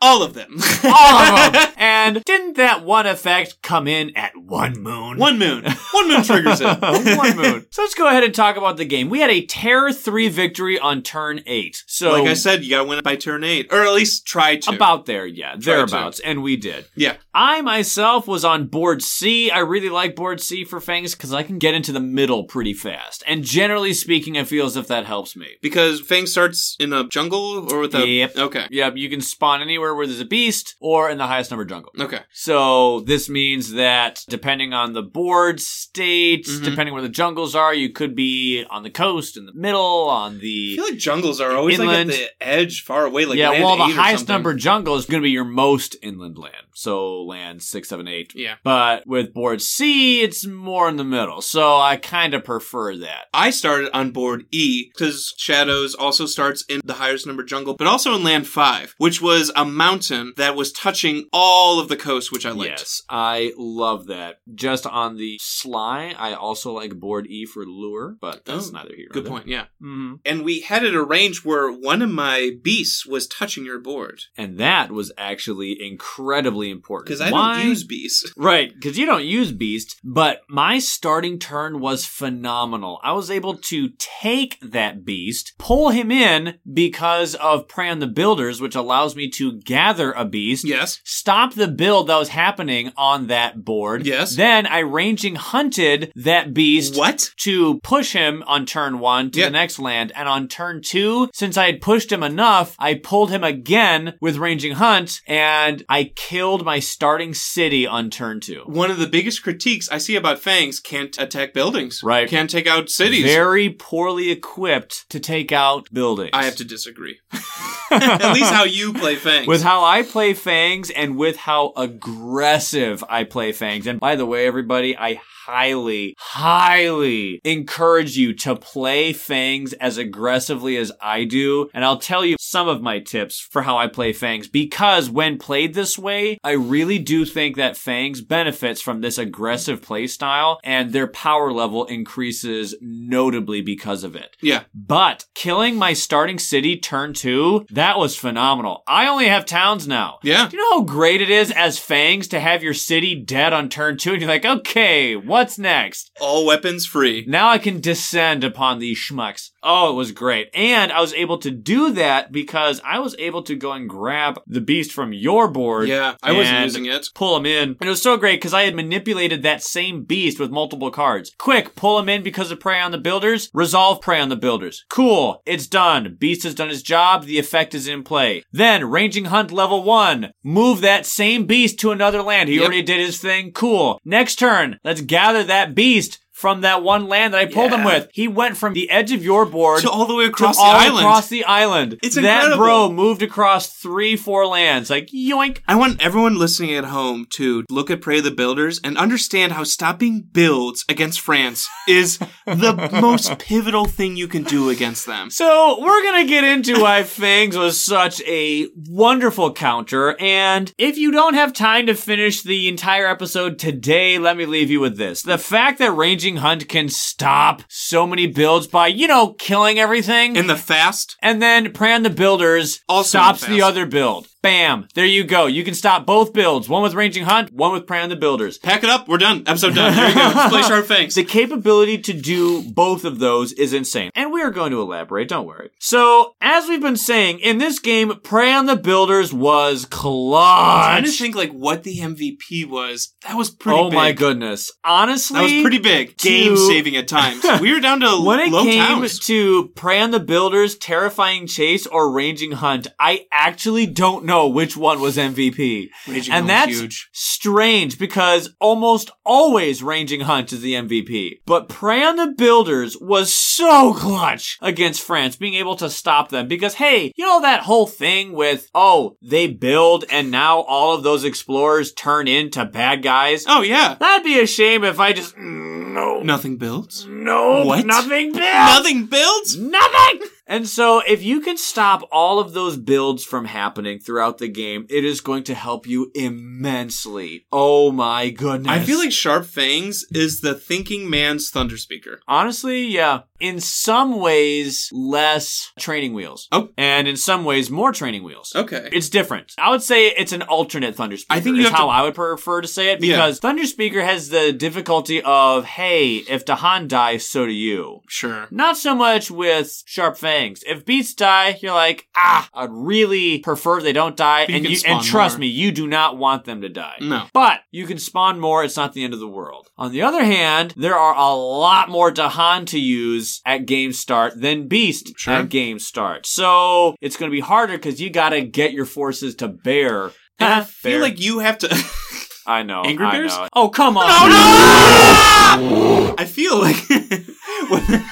All of them. All of them. And didn't that one effect come in at one moon? One moon. One moon triggers it. One moon. So let's go ahead and talk about the game. We had a Terror 3 victory on turn 8. So Like I said, you gotta win it by turn eight. Or at least try to. about there, yeah, Try thereabouts. And we did. yeah. I myself was on board C. I really like board C for Fangs because I can get into the middle pretty fast. And generally speaking, I feel as if that helps me. Because Fang starts in a jungle or with a Yep. Okay. Yep, you can spawn anywhere where there's a beast or in the highest number jungle. Okay. So this means that depending on the board states, Mhm. depending where the jungles are, you could be on the coast, in the middle, on I the feel like jungles are always Inland. like at the edge, far away, like yeah, land well, the eight or highest something. number jungle is going to be your most inland land. So land six, seven, eight. Yeah. But with board C, it's more in the middle. So I kind of prefer that. I started on board E because Shadows also starts in the highest number jungle, but also in land five, which was a mountain that was touching all of the coast, which I liked. Yes, I love that. Just on the sly, I also like board E for lure, but that's Oh, neither here. nor Good there. point, yeah. Mhm. And we had it arranged where one of my beasts was touching your board And that was actually incredibly important because I Why? don't use beasts. Right, because you don't use Beast, but my starting turn was phenomenal. I was able to take that Beast, pull him in because of Pran the Builders, which allows me to gather a beast. Yes. Stop the build that was happening on that board. Yes. Then I ranging hunted that beast What? to push him on turn one to Yeah. the next land. And on turn two, since I had pushed him enough, I pulled him again with Ranging Hunt and I killed my starting city on turn two. One of the biggest critiques I see about Fangs can't attack buildings. Right. Can't take out cities. Very poorly equipped to take out buildings. I have to disagree. At least how you play Fangs. With how I play Fangs and with how aggressive I play Fangs. And by the way, everybody, I highly, highly encourage you to play Fangs as aggressively as I do. And I'll tell you some of my tips for how I play Fangs because when played this way, I really do think that Fangs benefits from this aggressive playstyle and their power level increases notably because of it. yeah. But killing my starting city turn two, that was phenomenal. I only have towns now. Yeah. Do you know how great it is as Fangs to have your city dead on turn two? And you're like, okay, what's next? All weapons free. Now I can descend upon these schmucks. Oh, it was great. And I was able to do that because I was able to go and grab the beast from your board. Yeah. I wasn't and using it. Pull him in. And it was so great because I had manipulated that same beast with multiple cards. Quick, pull him in because of Prey on the Builders. Resolve Prey on the Builders. Cool. It's done. Beast has done his job. The effect is in play. Then, Ranging Hunt level one. Move that same beast to another land. He Yep. already did his thing. Cool. Next turn, let's gather that beast. From that one land that I pulled him Yeah. with, he went from the edge of your board To all the way to across the all island. Across the island, It's that incredible. bro moved across three, four lands. Like yoink, I want everyone listening at home to look at Prey the Builders and understand how stopping builds against France is the most pivotal thing you can do against them. So we're gonna get into why Fangs was such a wonderful counter, and if you don't have time to finish the entire episode today, let me leave you with this. The fact that Ranging Hunt can stop so many builds by, you know, killing everything. And the fast, and then Pran the Builders Also stops fast. the other build. Bam! There you go. You can stop both builds. One with Ranging Hunt, one with Pran the Builders. pack it up, we're done. Episode done. Here we go. Let's play Sharp Fangs. The capability to do both of those is insane. And we are going to elaborate, don't worry. So, as we've been saying, in this game, Prey on the Builders was I'm trying to clutch. think like what the MVP was. That was pretty Oh big. my goodness. Honestly. That was pretty big. Game saving at times. We were down to When it low came towns. to Prey on the Builders, Terrifying Chase, or Ranging Hunt, I actually don't know which one was MVP. Raging Hell's and that's huge. strange because almost always Ranging Hunt is the MVP. But Prey on the Builders was so clutch against France, being able to stop them because, hey, you know that whole thing with, oh, they build and now all of those explorers turn into bad guys? Oh yeah. That'd be a shame if I just, mm, no, no, Nothing builds. no What? nothing built. Nothing builds? Nothing! And so, if you can stop all of those builds from happening throughout the game, it is going to help you immensely. Oh my goodness. I feel like Sharp Fangs is the thinking man's thunder speaker. Honestly, yeah. In some ways, less training wheels. Oh. And in some ways, more training wheels. Okay. It's different. I would say it's an alternate Thunder Speaker. I think you is have how to- I would prefer to say it Yeah. because Thunder Speaker has the difficulty of, hey, if Dahan dies, so do you. Sure. Not so much with sharp fangs. If beasts die, you're like, ah, I'd really prefer they don't die. But you and can you, spawn and trust more. me, you do not want them to die. No. But you can spawn more. It's not the end of the world. On the other hand, there are a lot more Dahan to use at game start than Beast Sure. at game start. So it's going to be harder because you got to get your forces to bear. And I feel Bear. like you have to. I know. Angry I Bears? know. Oh come on! Oh, I feel like with,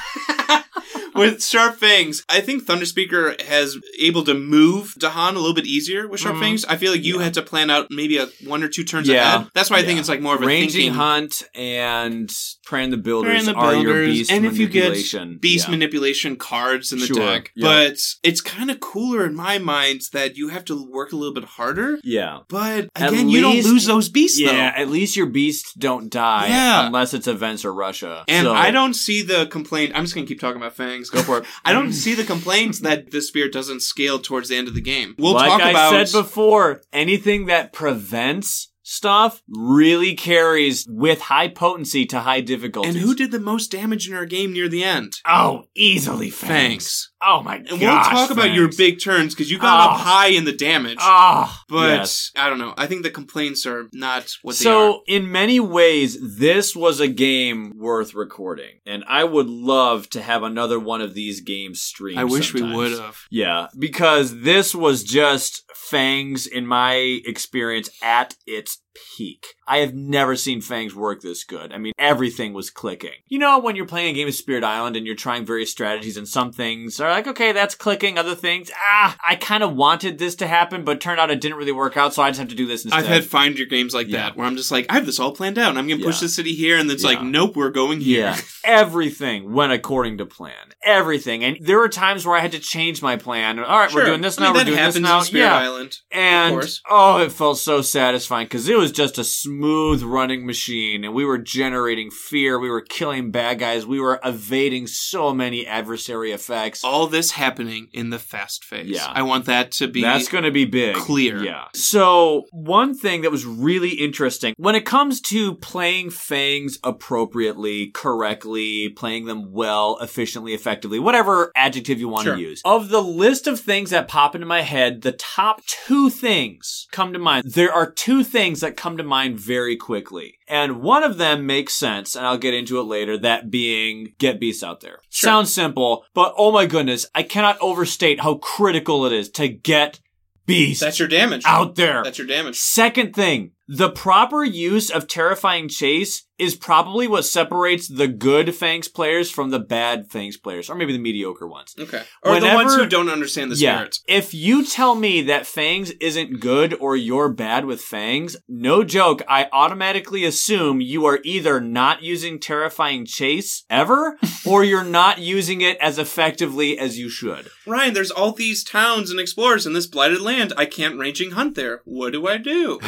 with sharp fangs, I think Thunder Speaker has able to move Dahan a little bit easier with sharp Mhm. fangs. I feel like you had to plan out maybe a one or two turns Yeah. ahead. That's why I think Yeah. it's like more of a Ranging thinking. Hunt and Praying the They're Builders in the are your builders, beast and if you manipulation. get beast Yeah. manipulation cards in the Sure, deck, yeah. but it's kind of cooler in my mind that you have to work a little bit harder. yeah. But At again, you don't least- lose those beasts Yeah, though. at least your beasts don't die Yeah. unless it's a Vence or Russia. And So- I don't see the complaint. I'm just gonna keep talking about fangs. go for it. I don't see the complaints that the spirit doesn't scale towards the end of the game. We'll like talk I about said before, anything that prevents stuff really carries with high potency to high difficulty. And who did the most damage in our game near the end? Oh, easily Fangs. Thanks. Oh my god. And we'll talk about your big turns because you got up Oh. high in the damage. Ah, but yes. I don't know. I think the complaints are not what they are. so in many ways this was a game worth recording and i would love to have another one of these games streamed I wish we sometimes. would uh, have. yeah because this was just fangs in my experience at its peak i have never seen fangs work this good i mean everything was clicking you know when you're playing a game of spirit island and you're trying various strategies and some things are like okay that's clicking other things ah i kind of wanted this to happen but turned out it didn't really work out so i just have to do this instead I've had find your games like Yeah. that where I'm just like, I have this all planned out. and I'm gonna push Yeah. the city here, and it's like, Yeah. nope, we're going here. Yeah. Everything went according to plan. Everything. And there were times where I had to change my plan. All right, we're Sure. doing this I mean, now, we're that doing this happens now. in Spirit yeah. Island. And course. oh, it felt so satisfying because it was just a smooth running machine, and we were generating fear. We were killing bad guys. We were evading so many adversary effects. All this happening in the fast phase. Yeah. I want that to be That's going to be big. clear. Yeah. So, one thing that was really interesting when it comes to playing Fangs appropriately, correctly, playing them well, efficiently, effectively, whatever adjective you want Sure. to use, of the list of things that pop into my head, the top two things come to mind. There are two things that come to mind very quickly. And one of them makes sense, and I'll get into it later, that being get beasts out there. Sure. Sounds simple, but oh my goodness, I cannot overstate how critical it is to get beasts That's your damage. out there. That's your damage. Second thing, the proper use of terrifying chase is probably what separates the good Fangs players from the bad Fangs players, or maybe the mediocre ones. Okay. Or the Whenever- ones who don't understand the yeah. spirits. If you tell me that Fangs isn't good or you're bad with Fangs, no joke, I automatically assume you are either not using terrifying chase ever or you're not using it as effectively as you should. Ryan, there's all these towns and explorers in this blighted land. I can't ranging hunt there. What do I do?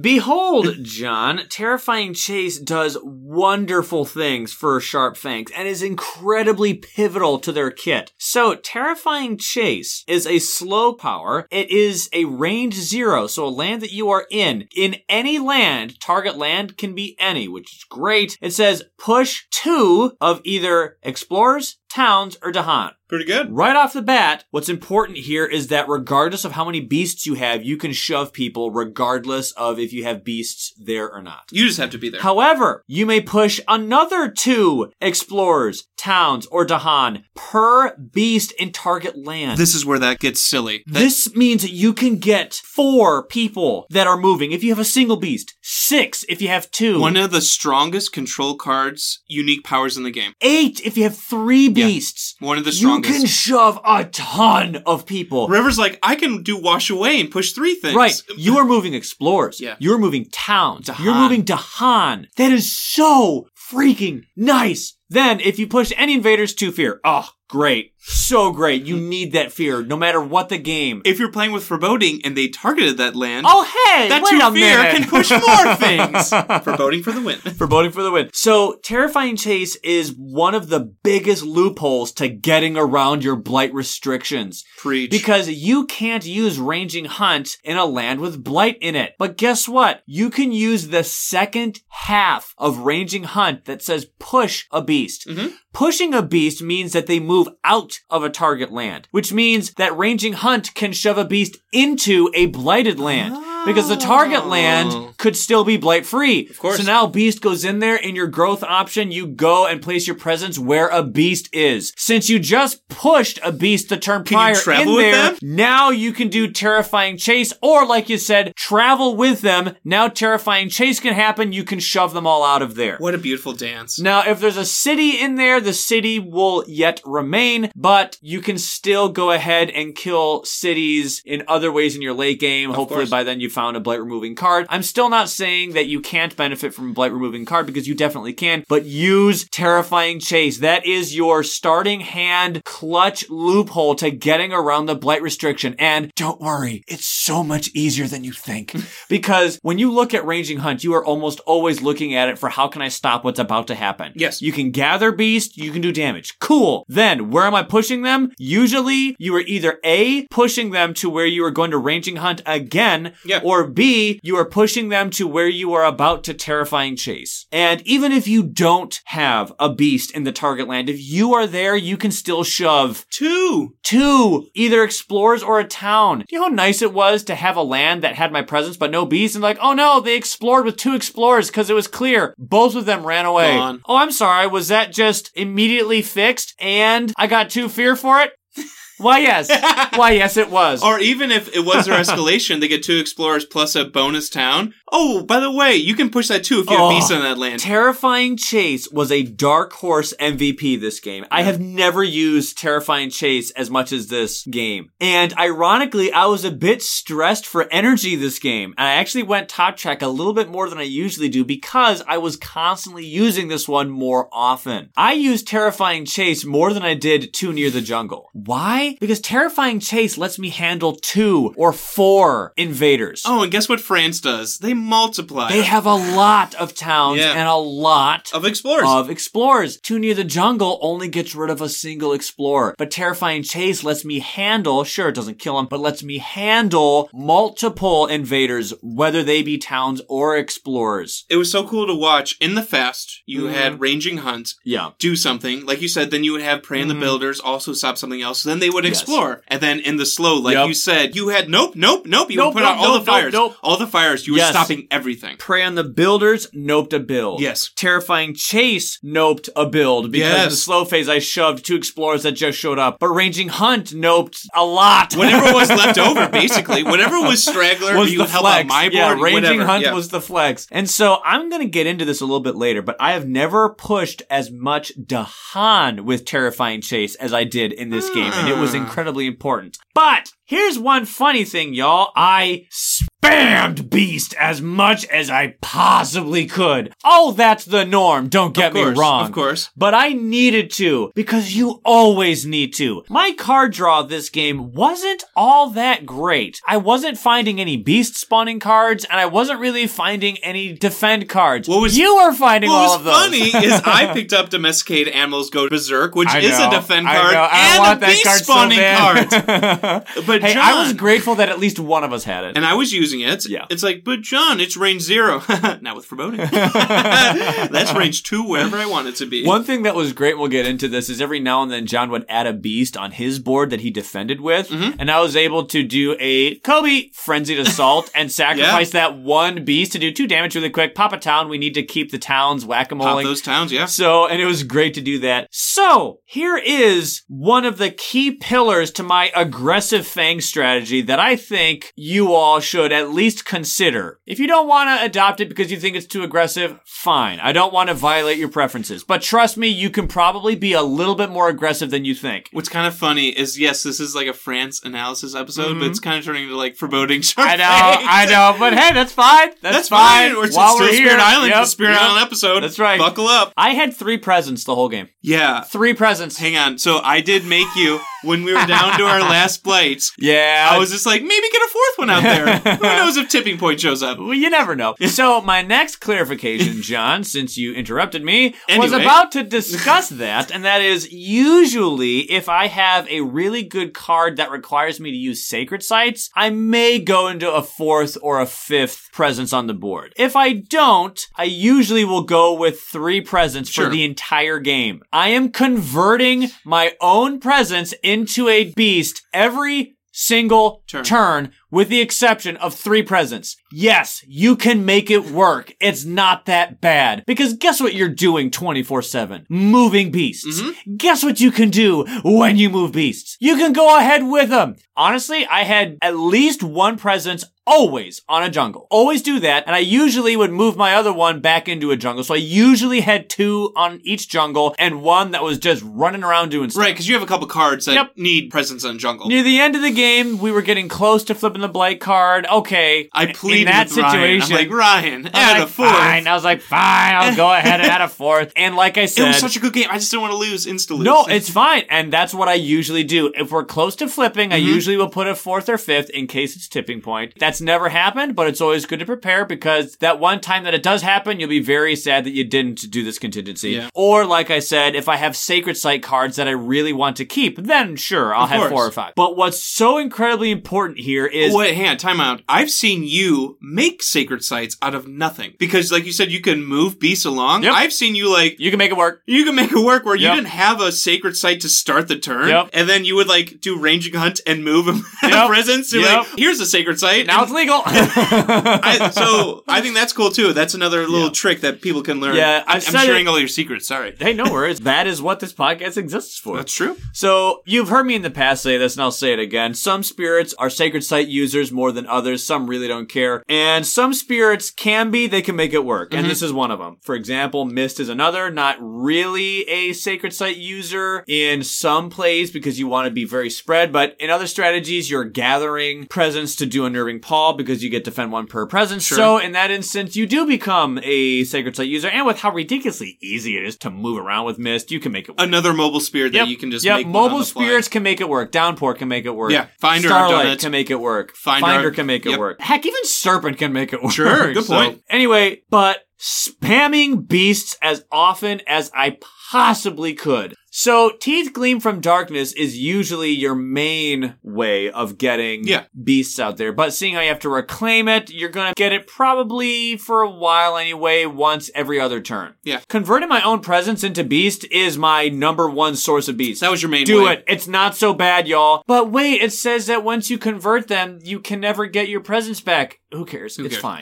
Behold, John, Terrifying Chase does wonderful things for Sharp Fangs and is incredibly pivotal to their kit. So, Terrifying Chase is a slow power. It is a range zero, so a land that you are in. In any land, target land can be any, which is great. It says push two of either explorers, towns, or Dahan. Pretty good. Right off the bat, what's important here is that regardless of how many beasts you have, you can shove people regardless of if you have beasts there or not. You just have to be there. However, you may push another two explorers, towns, or Dahan per beast in target land. this is where that gets silly. That- This means that you can get four people that are moving if you have a single beast, six if you have two, one of the strongest control cards, unique powers in the game. eight if you have three beasts. One of the You strongest. can shove a ton of people. River's like, I can do wash away and push three things. Right. You are moving explorers. Yeah. You're moving towns. Dahan. You're moving Dahan. That is so freaking nice. Then if you push any invaders to fear, oh, great. So great. You need that fear no matter what the game. If you're playing with foreboding and they targeted that land, oh, hey, that wait two a fear minute. can push more things. foreboding for the win. for voting for the win. So, Terrifying Chase is one of the biggest loopholes to getting around your blight restrictions. Preach. Because you can't use Ranging Hunt in a land with Blight in it. But guess what? You can use the second half of Ranging Hunt that says push a beast. Mm-hmm. Pushing a beast means that they move out of a target land, which means that Ranging Hunt can shove a beast into a blighted land. Because the target Oh. land could still be blight free. Of course. So now Beast goes in there in your growth option, you go and place your presence where a beast is. Since you just pushed a beast the turn you prior travel in with there, them? now you can do terrifying chase, or like you said, travel with them. Now terrifying chase can happen. You can shove them all out of there. what a beautiful dance. Now, if there's a city in there, the city will yet remain, but you can still go ahead and kill cities in other ways in your late game. Hopefully, course. by then you found a blight removing card. I'm still not saying that you can't benefit from a blight removing card because you definitely can, but use terrifying chase. That is your starting hand clutch loophole to getting around the blight restriction. And don't worry, it's so much easier than you think because when you look at ranging hunt, you are almost always looking at it for how can I stop what's about to happen. Yes. You can gather beast, you can do damage. Cool. Then where am I pushing them? Usually you are either A, pushing them to where you are going to ranging hunt again, Yeah. Or B, you are pushing them to where you are about to terrifying chase. And even if you don't have a beast in the target land, if you are there, you can still shove Two. two, either explorers or a town. Do you know how nice it was to have a land that had my presence but no beasts? And like, oh no, they explored with two explorers because it was clear. Both of them ran away. Gone. Oh, I'm sorry. Was that just immediately fixed and I got too fear for it? Why, yes. Why, yes, it was. Or even if it was their escalation, they get two explorers plus a bonus town. Oh, by the way, you can push that too if you have Oh. beasts on that land. Terrifying Chase was a dark horse MVP this game. I have never used Terrifying Chase as much as this game. And ironically, I was a bit stressed for energy this game. And I actually went top track a little bit more than I usually do because I was constantly using this one more often. I used Terrifying Chase more than I did Two Near the Jungle. Why? Because Terrifying Chase lets me handle two or four invaders. Oh, and guess what France does? They multiply They have a lot of towns Yeah. and a lot of explorers. of explorers. Too Near the Jungle only gets rid of a single explorer, but Terrifying Chase lets me handle, sure, it doesn't kill him, but lets me handle multiple invaders, whether they be towns or explorers. it was so cool to watch in the fast. You had ranging hunts Yeah. do something, like you said. Then you would have Pran the Builders also stop something else. Then they would Yes. explore, and then in the slow, like Yep. you said, you had nope, nope, nope. You Nope, would put out nope, all nope, the nope, fires, nope. all the fires. You were Yes. stopping everything. Prey on the builders, noped a build. Yes. Terrifying chase, noped a build. Because in the Yes. slow phase, I shoved two explorers that just showed up. But ranging hunt, noped a lot. Whatever was left over, basically, whatever was straggler, was you the held flex. out my board. yeah, ranging whatever. hunt Yeah. was the flex. And so I'm gonna get into this a little bit later, but I have never pushed as much Dahan with terrifying chase as I did in this game, and it Ah. was incredibly important. But here's one funny thing, y'all. I spammed beast as much as I possibly could. Oh, that's the norm. Don't get Of course, me wrong. Of course. But I needed to because you always need to. My card draw this game wasn't all that great. I wasn't finding any beast spawning cards and I wasn't really finding any defend cards. What was- you were finding What all was of those. funny is I picked up domesticated animals go berserk, which I is know, a defend I card know, I and want a that beast card so spawning bad. card. But hey, John, I was grateful that at least one of us had it. and I was using it. Yeah. It's like, but John, it's range zero. Not with promoting. That's range two wherever I want it to be. One thing that was great, we'll get into this, is every now and then John would add a beast on his board that he defended with, Mm-hmm. and I was able to do a Kobe frenzied assault and sacrifice that one beast to do two damage really quick. Pop a town. We need to keep the towns whack a Pop mole. those towns, yeah. So, and it was great to do that. So, here is one of the key pillars to my aggressive fang strategy that I think you all should at least consider. If you don't want to adopt it because you think it's too aggressive, fine. I don't want to violate your preferences. But trust me, you can probably be a little bit more aggressive than you think. What's kind of funny is, yes, this is like a France analysis episode, but it's kind of turning into like foreboding. Mm-hmm. I know, I know, but hey, that's fine. That's That's, fine. We're While still we're Spirit here, Island. Yep, it's a Spirit yep. Island episode. That's right. Buckle up. I had three presents the whole game. Yeah. Three presents. Hang on. So I did make you when we were down to our last blights. Yeah, I was just like, maybe get a fourth one out there. Who knows if tipping point shows up? Well, you never know. So my next clarification, John, since you interrupted me, was Anyway. about to discuss that, and that is usually if I have a really good card that requires me to use sacred sites, I may go into a fourth or a fifth presence on the board. If I don't, I usually will go with three presents Sure. for the entire game. I am converting my own presence into a beast every single Turn. turn. with the exception of three presents. Yes, you can make it work. It's not that bad. Because guess what you're doing 24 7? Moving beasts. Guess what you can do when you move beasts? You can go ahead with them. Honestly, I had at least one presence always on a jungle. Always do that. And I usually would move my other one back into a jungle. So I usually had two on each jungle and one that was just running around doing stuff. Right, because you have a couple cards that Yep. need presence on jungle. Near the end of the game, we were getting close to flipping the blight card. Okay. I plead in that with Ryan. situation. I'm like Ryan, I was add like, a fourth. Fine. I was like, fine, I'll go ahead and add a fourth. And like I It said, was such a good game. I just didn't want to lose instantly. no, it's fine. And that's what I usually do. If we're close to flipping, Mm-hmm. I usually will put a fourth or fifth in case it's tipping point. That's never happened, but it's always good to prepare because that one time that it does happen, you'll be very sad that you didn't do this contingency. Yeah. Or, like I said, if I have sacred site cards that I really want to keep, then sure, I'll have course. four or five. But what's so incredibly important here is wait, hang on, time out. I've seen you make sacred sites out of nothing. Because, like you said, you can move beasts along. Yep. I've seen you, like, You can make it work. you can make it work where Yep. you didn't have a sacred site to start the turn, Yep. and then you would like do ranging hunt and move and Yep. presence. You're Yep. like, here's a sacred site. Now it's legal. I, so I think that's cool too. That's another little trick that people can learn. Yeah, I, am I've said sharing it- all your secrets. Sorry, hey, no worries. That is what this podcast exists for. that's true. So, you've heard me in the past say this, and I'll say it again. Some spirits are sacred site users more than others. Some really don't care. And some spirits can be, they can make it work. And this is one of them. For example, Mist is another, not really a sacred site user in some plays because you want to be very spread. But in other strategies, you're gathering presence to do unnerving paw because you get defend one per presence. Sure. So, in that instance, you do become a sacred site user. And with how ridiculously easy it is to move around with Mist, you can make it work. Another mobile spirit that Yep. you can just yep. make one on mobile the fly. spirits can make it work. Downpour can make it work. Yeah. Finder, I've done Starlight it. can make it work. Finder, Finder, I've- can make it yep. work. Heck, even Serpent can make it work. Sure, good So, point. anyway, but spamming beasts as often as I possibly could. So Teeth Gleam from Darkness is usually your main way of getting Yeah. beasts out there. But seeing how you have to reclaim it, you're gonna get it probably for a while anyway, once every other turn. Yeah. Converting my own presence into beast is my number one source of beasts. That was your main. Do way. it. It's not so bad, y'all. But wait, it says that once you convert them, you can never get your presents back. Who cares? it's cares? fine.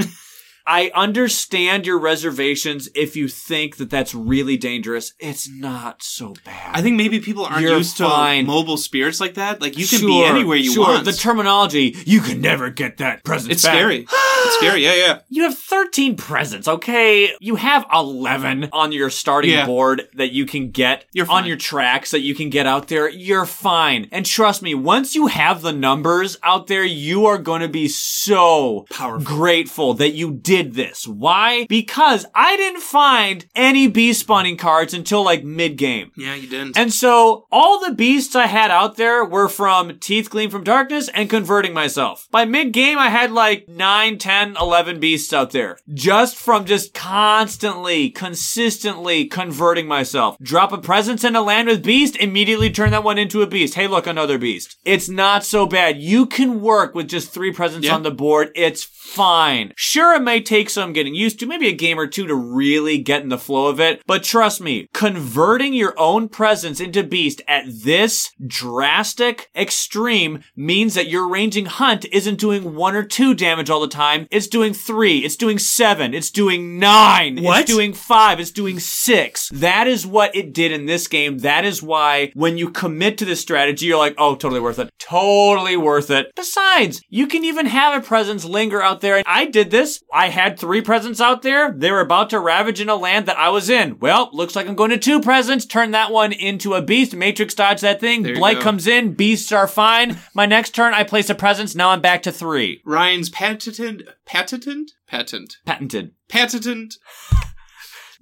I understand your reservations if you think that that's really dangerous. It's not so bad. I think maybe people aren't You're used fine. to mobile spirits like that. Like you can be Sure, anywhere you sure. want. The terminology, you can never get that present it's back. scary. it's scary. Yeah, yeah. You have 13 presents, okay? You have 11 on your starting Yeah. board that you can get You're on fine. your tracks that you can get out there. You're fine. And trust me, once you have the numbers out there, you are going to be so Powerful. grateful that you did this. Why? Because I didn't find any beast spawning cards until like mid game. Yeah, you didn't. And so all the beasts I had out there were from Teeth Gleam from Darkness and converting myself. By mid game, I had like 9, 10, 11 beasts out there. Just from just constantly, consistently converting myself. Drop a presence in a land with beast, immediately turn that one into a beast. Hey, look, another beast. It's not so bad. You can work with just three presents Yeah. on the board. It's fine. Sure, it may take some getting used to, maybe a game or two to really get in the flow of it. But trust me, converting your own presence into beast at this drastic extreme means that your ranging hunt isn't doing one or two damage all the time. It's doing three. It's doing seven. It's doing nine. What? It's doing five. It's doing six. That is what it did in this game. That is why when you commit to this strategy, you're like, oh, totally worth it. Totally worth it. Besides, you can even have a presence linger out there. I did this. I had three presents out there. They were about to ravage in a land that I was in. Well, looks like I'm going to two presents. Turn that one into a beast. Matrix dodge that thing. you Blight go. comes in. Beasts are fine. My next turn, I place a presence. Now I'm back to three. Ryan's patented, patented, patent, Patented. patented,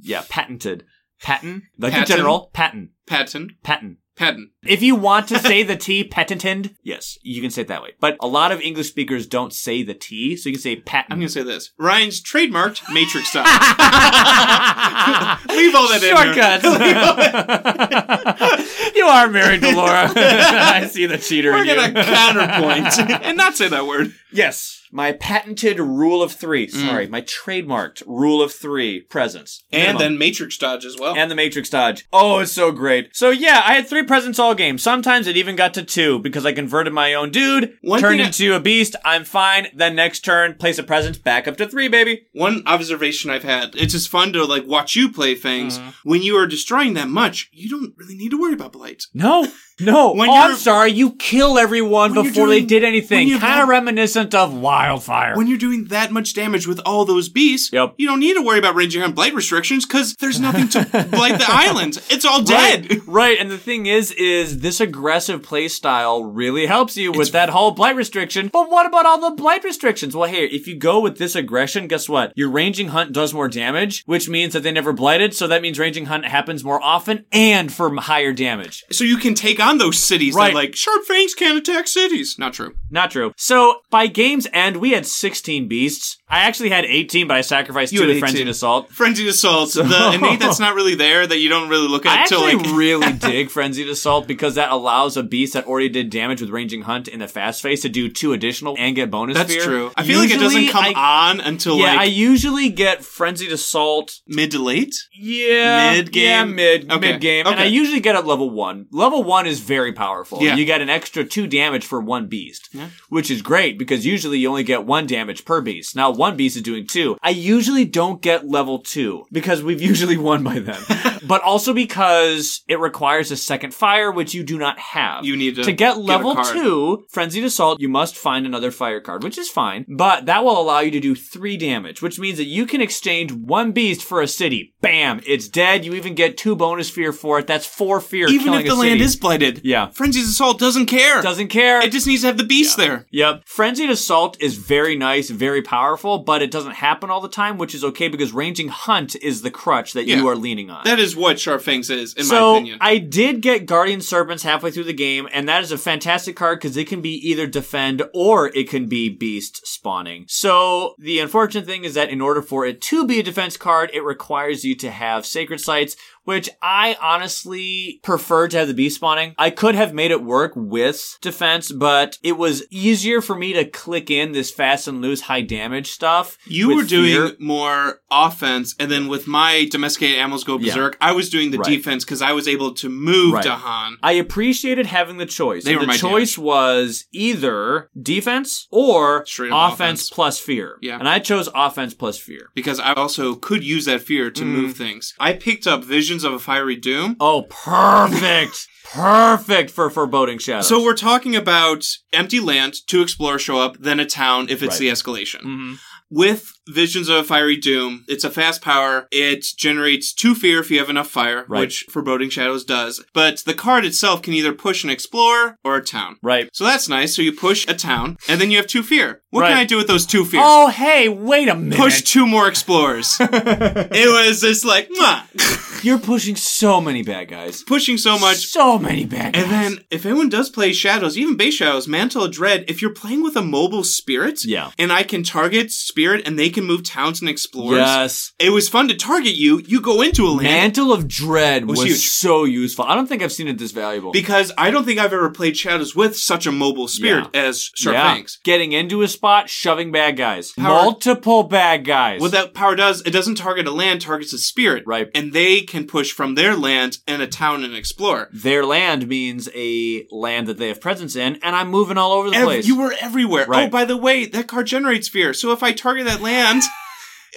Yeah, patented. Patent. Like the Patent? general. Patent. patent, Patent. patent. If you want to say the T patented, yes, you can say it that way. But a lot of English speakers don't say the T, so you can say I'm patent. gonna say this. Ryan's trademarked Matrix style. Leave all that in there. Shortcuts. you are married to Laura. I see the cheater We're in you. gonna counterpoint and not say that word. yes, my patented rule of three. Mm. Sorry, my trademarked rule of three presence. And Minimum. then Matrix dodge as well. and the Matrix Dodge. Oh, it's so great. So yeah, I had three presents all game. Sometimes it even got to two because I converted my own dude, One turned thing I- into a beast. I'm fine. Then next turn, place a present back up to three, baby. One observation I've had, it's just fun to like watch you play things. Mm-hmm. When you are destroying that much, you don't really need to worry about blight. No, no. When oh, I'm you're- sorry. You kill everyone When you're before they doing- did when anything. you're Kind doing- of reminiscent of Wildfire. When you're doing that much damage with all those beasts, Yep. you don't need to worry about Ranger Hunt blight restrictions because there's nothing to blight the island. It's all dead. Right, right, and the thing is, is this aggressive play style really helps you with that whole blight restriction. But what about all the blight restrictions? Well, here, if you go with this aggression, guess what? Your ranging hunt does more damage, which means that they never blighted, so that means ranging hunt happens more often and for higher damage. So you can take on those cities Right. that like sharp fangs can't attack cities. Not true. Not true. So by game's end, end, we had 16 beasts. I actually had 18, but I sacrificed You two had to frenzied 18. assault. Frenzied Assault, the innate that's not really there that you don't really look I at until actually like really dig frenzied assault because that allows a beast that already did damage with ranging hunt in the fast phase to do two additional and get bonus. that's fear. true. I feel like it Usually, doesn't come I- on until Yeah, I like usually get frenzied assault mid to late. Yeah, Mid-game? Yeah, mid Okay. mid game, and Okay. I usually get at level one. Level one is very powerful. Yeah. you get an extra two damage for one beast, Yeah. which is great because usually you only get one damage per beast. Now one beast is doing two. I usually don't get level two because we've usually won by then, but also because it requires a second fire, which you do not have. You need to to get get a level card. two frenzied assault. You must find another fire card, which is fine, but that will allow you to do three damage, which means that you can exchange one beast for a city. Bam, it's dead. You even get two bonus fear for it. That's four fear. Even killing if the a land city. is blighted, Yeah. Frenzied Assault doesn't care. doesn't care. It just needs to have the beast there. Yep. Frenzied Assault is very nice, very powerful, but it doesn't happen all the time, which is okay because Ranging Hunt is the crutch that Yeah. you are leaning on. That is what Sharp Fangs is, in so my opinion. I did get Guardian Serpents halfway through the game, and that is a fantastic card because it can be either defend or it can be beast spawning. So the unfortunate thing is that in order for it to be a defense card, it requires you to have sacred sites, which I honestly prefer to have the beast spawning. I could have made it work with defense, but it was easier for me to click in this fast and loose high damage stuff. you with were doing fear. more offense, and then with my domesticated animals go Yeah. berserk, I was doing the Right. defense because I was able to move Right. Dahan. I appreciated having the choice. They And were the my choice was either defense or Straight up offense, offense. plus fear. Yeah. And I chose offense plus fear. Because I also could use that fear to move things. I picked up Visions of a Fiery Doom. Oh, perfect. perfect for foreboding shadows. So we're talking about empty land, two explorers show up, then a town if it's Right. the escalation. Mhm. With Visions of a Fiery Doom, it's a fast power. It generates two fear if you have enough fire, Right. which Foreboding Shadows does. But the card itself can either push an explorer or a town. Right. So that's nice. So you push a town, and then you have two fear. What can Right. I do with those two fear? Oh, hey, wait a minute. push two more explorers. it was just like, mwah. You're pushing so many bad guys. pushing so much. So many bad guys. And then, if anyone does play Shadows, even base Shadows, Mantle of Dread, if you're playing with a mobile spirit, Yeah. and I can target spirit and they can move towns and explorers, Yes. it was fun to target you. You go into a land. Mantle of Dread was, huge. so useful. I don't think I've seen it this valuable. Because I don't think I've ever played Shadows with such a mobile spirit as Sharp yeah. Fangs. Getting into a spot, shoving bad guys. Power- Multiple bad guys. What that power does, it doesn't target a land, targets a spirit. Right. And they can push from their land and a town and explore. their land means a land that they have presence in, and I'm moving all over the Ev- place. you were everywhere. Right. Oh, by the way, that card generates fear. So if I target that land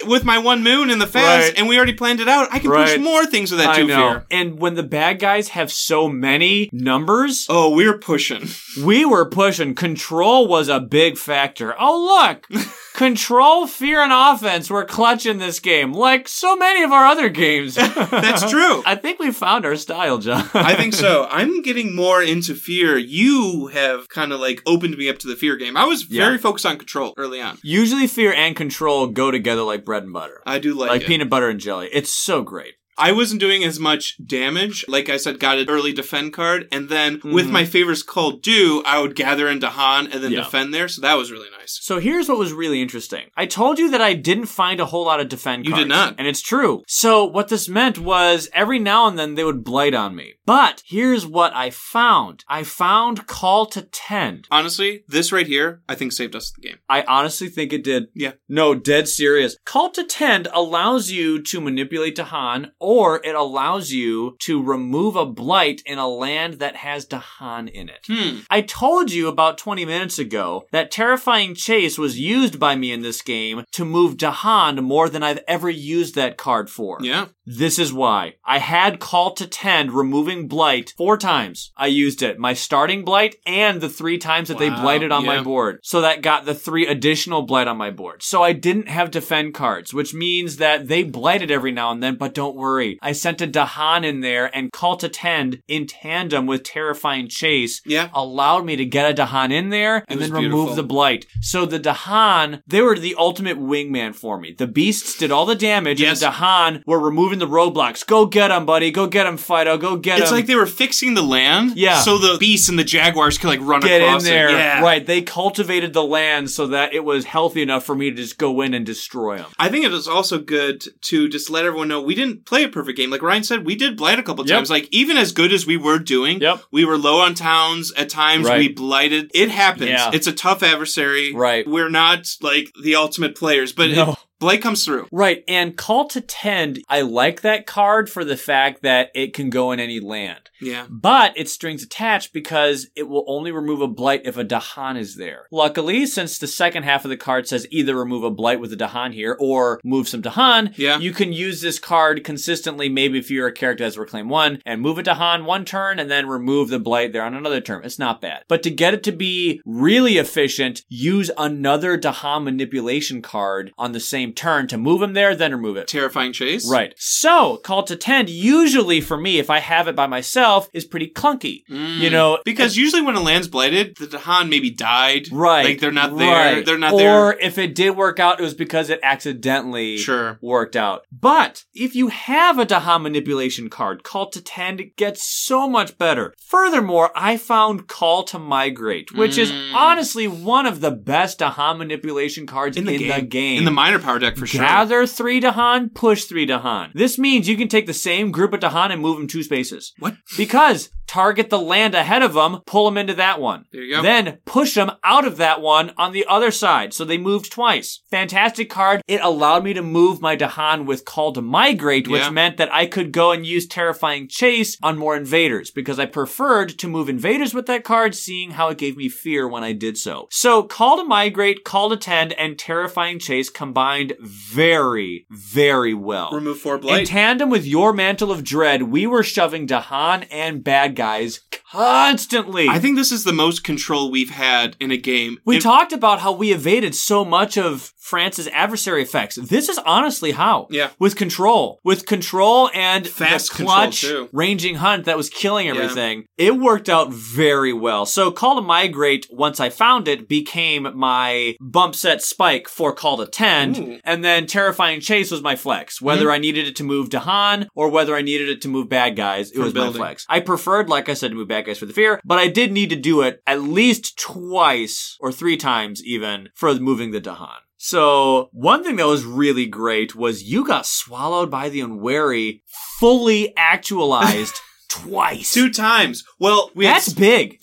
with my one moon in the fast, Right. and we already planned it out, I can Right. push more things with that I two know. fear. And when the bad guys have so many numbers, Oh, we're pushing. we were pushing. Control was a big factor. Oh, look! Control, fear, and offense were clutch in this game, like so many of our other games. That's true. I think we found our style, John. I think so. I'm getting more into fear. You have kind of like opened me up to the fear game. I was Yeah. very focused on control early on. Usually, fear and control go together like bread and butter, I do like, like it. peanut butter and jelly. It's so great. I wasn't doing as much damage. Like I said, got an early defend card, and then with my favors called due, I would gather into Han and then Mm-hmm. Yeah. defend there. So that was really nice. So here's what was really interesting. I told you that I didn't find a whole lot of defend You cards. did not. And it's true. So what this meant was every now and then they would blight on me. But here's what I found. I found call to tend. Honestly, this right here, I think saved us the game. I honestly think it did. Yeah. No, dead serious. Call to tend allows you to manipulate Dahan, or it allows you to remove a blight in a land that has Dahan in it. Hmm. I told you about 20 minutes ago that Terrifying Chase was used by me in this game to move Dahan more than I've ever used that card for. Yeah. This is why. I had Call to Tend removing Blight four times. I used it. My starting Blight and the three times that they Wow, blighted on my yeah. board. So that got the three additional Blight on my board. So I didn't have Defend cards, which means that they blighted every now and then, but don't worry Murray. I sent a Dahan in there, and Call to Tend in tandem with Terrifying Chase Yeah. allowed me to get a Dahan in there and was then beautiful. remove the blight. So the Dahan, they were the ultimate wingman for me. The beasts did all the damage, Yes. and the Dahan were removing the roadblocks. Go get him, buddy. Go get him, Fido. Go get him. It's like they were fixing the land. Um, Yeah. So the beasts and the jaguars could like run get in across there. It. Yeah. Right. They cultivated the land so that it was healthy enough for me to just go in and destroy them. I think it is also good to just let everyone know we didn't play a perfect game. Like Ryan said, we did blight a couple Yep. times. Like even as good as we were doing, Yep. we were low on towns at times. Right. We blighted. It happens. Yeah. It's a tough adversary. Right. We're not like the ultimate players, but it, No. blight comes through. Right, and call to tend, I like that card for the fact that it can go in any land. Yeah. But it's strings attached because it will only remove a blight if a Dahan is there. Luckily, since the second half of the card says either remove a blight with a Dahan here or move some Dahan, Yeah. you can use this card consistently, maybe if you're a character that's reclaim one, and move a Dahan one turn and then remove the blight there on another turn. It's not bad. But to get it to be really efficient, use another Dahan manipulation card on the same turn to move him there, then remove it. Terrifying chase. Right. So, call to tend, usually for me, if I have it by myself, is pretty clunky. Mm. You know, Because usually when a land's blighted, the Dahan maybe died. Right. Like they're not there. right. They're not or there. if it did work out, it was because it accidentally Sure. worked out. But if you have a Daha manipulation card, Call to Tend gets so much better. Furthermore, I found Call to Migrate, which is Mm. honestly one of the best Daha manipulation cards in the, game. In the minor power deck for sure. Gather three Dahan, push three Dahan. This means you can take the same group of Dahan and move them two spaces. What? Because target the land ahead of them, pull them into that one. There you go. Then push them out of that one on the other side. So they moved twice. Fantastic card. It allowed me to move my Dahan with Call to Migrate, which Yeah. meant that I could go and use Terrifying Chase on more invaders because I preferred to move invaders with that card, seeing how it gave me fear when I did so. So Call to Migrate, Call to Tend, and Terrifying Chase combined very, very well. Remove four In blight. tandem with your mantle of dread, we were shoving Dahan and bad guys constantly. I think this is the most control we've had in a game. We In- talked about how we evaded so much of France's adversary effects. This is honestly how. Yeah. With control. With control and Fast the clutch control, too. ranging hunt that was killing everything. It worked out very well. So Call to Migrate, once I found it, became my bump set spike for Call to Tend. And then Terrifying Chase was my flex. Whether Mm-hmm. I needed it to move Dahan or whether I needed it to move bad guys, it was building. my flex. I preferred, like I said, to move back guys for the fear, but I did need to do it at least twice or three times even for moving the Dahan. So one thing that was really great was you got swallowed by the unwary, fully actualized twice. Two times. Well, we That's had big.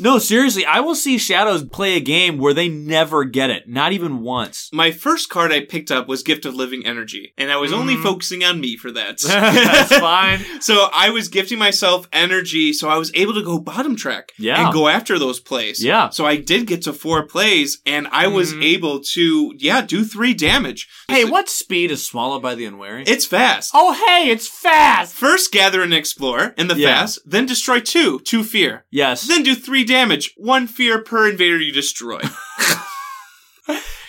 no, seriously, I will see Shadows play a game where they never get it, not even once. my first card I picked up was Gift of Living Energy, and I was only Mm. focusing on me for that. That's fine. So I was gifting myself energy, so I was able to go bottom track Yeah. and go after those plays. Yeah. Mm-hmm. So I did get to four plays, and I was able to, yeah, do three damage. Hey, It's- what speed is swallowed by the unwary? It's fast. oh, hey, it's fast. First, gather and explore in the Yeah. fast, then destroy two, two fear. Yes. Then do three damage, one fear per invader you destroy.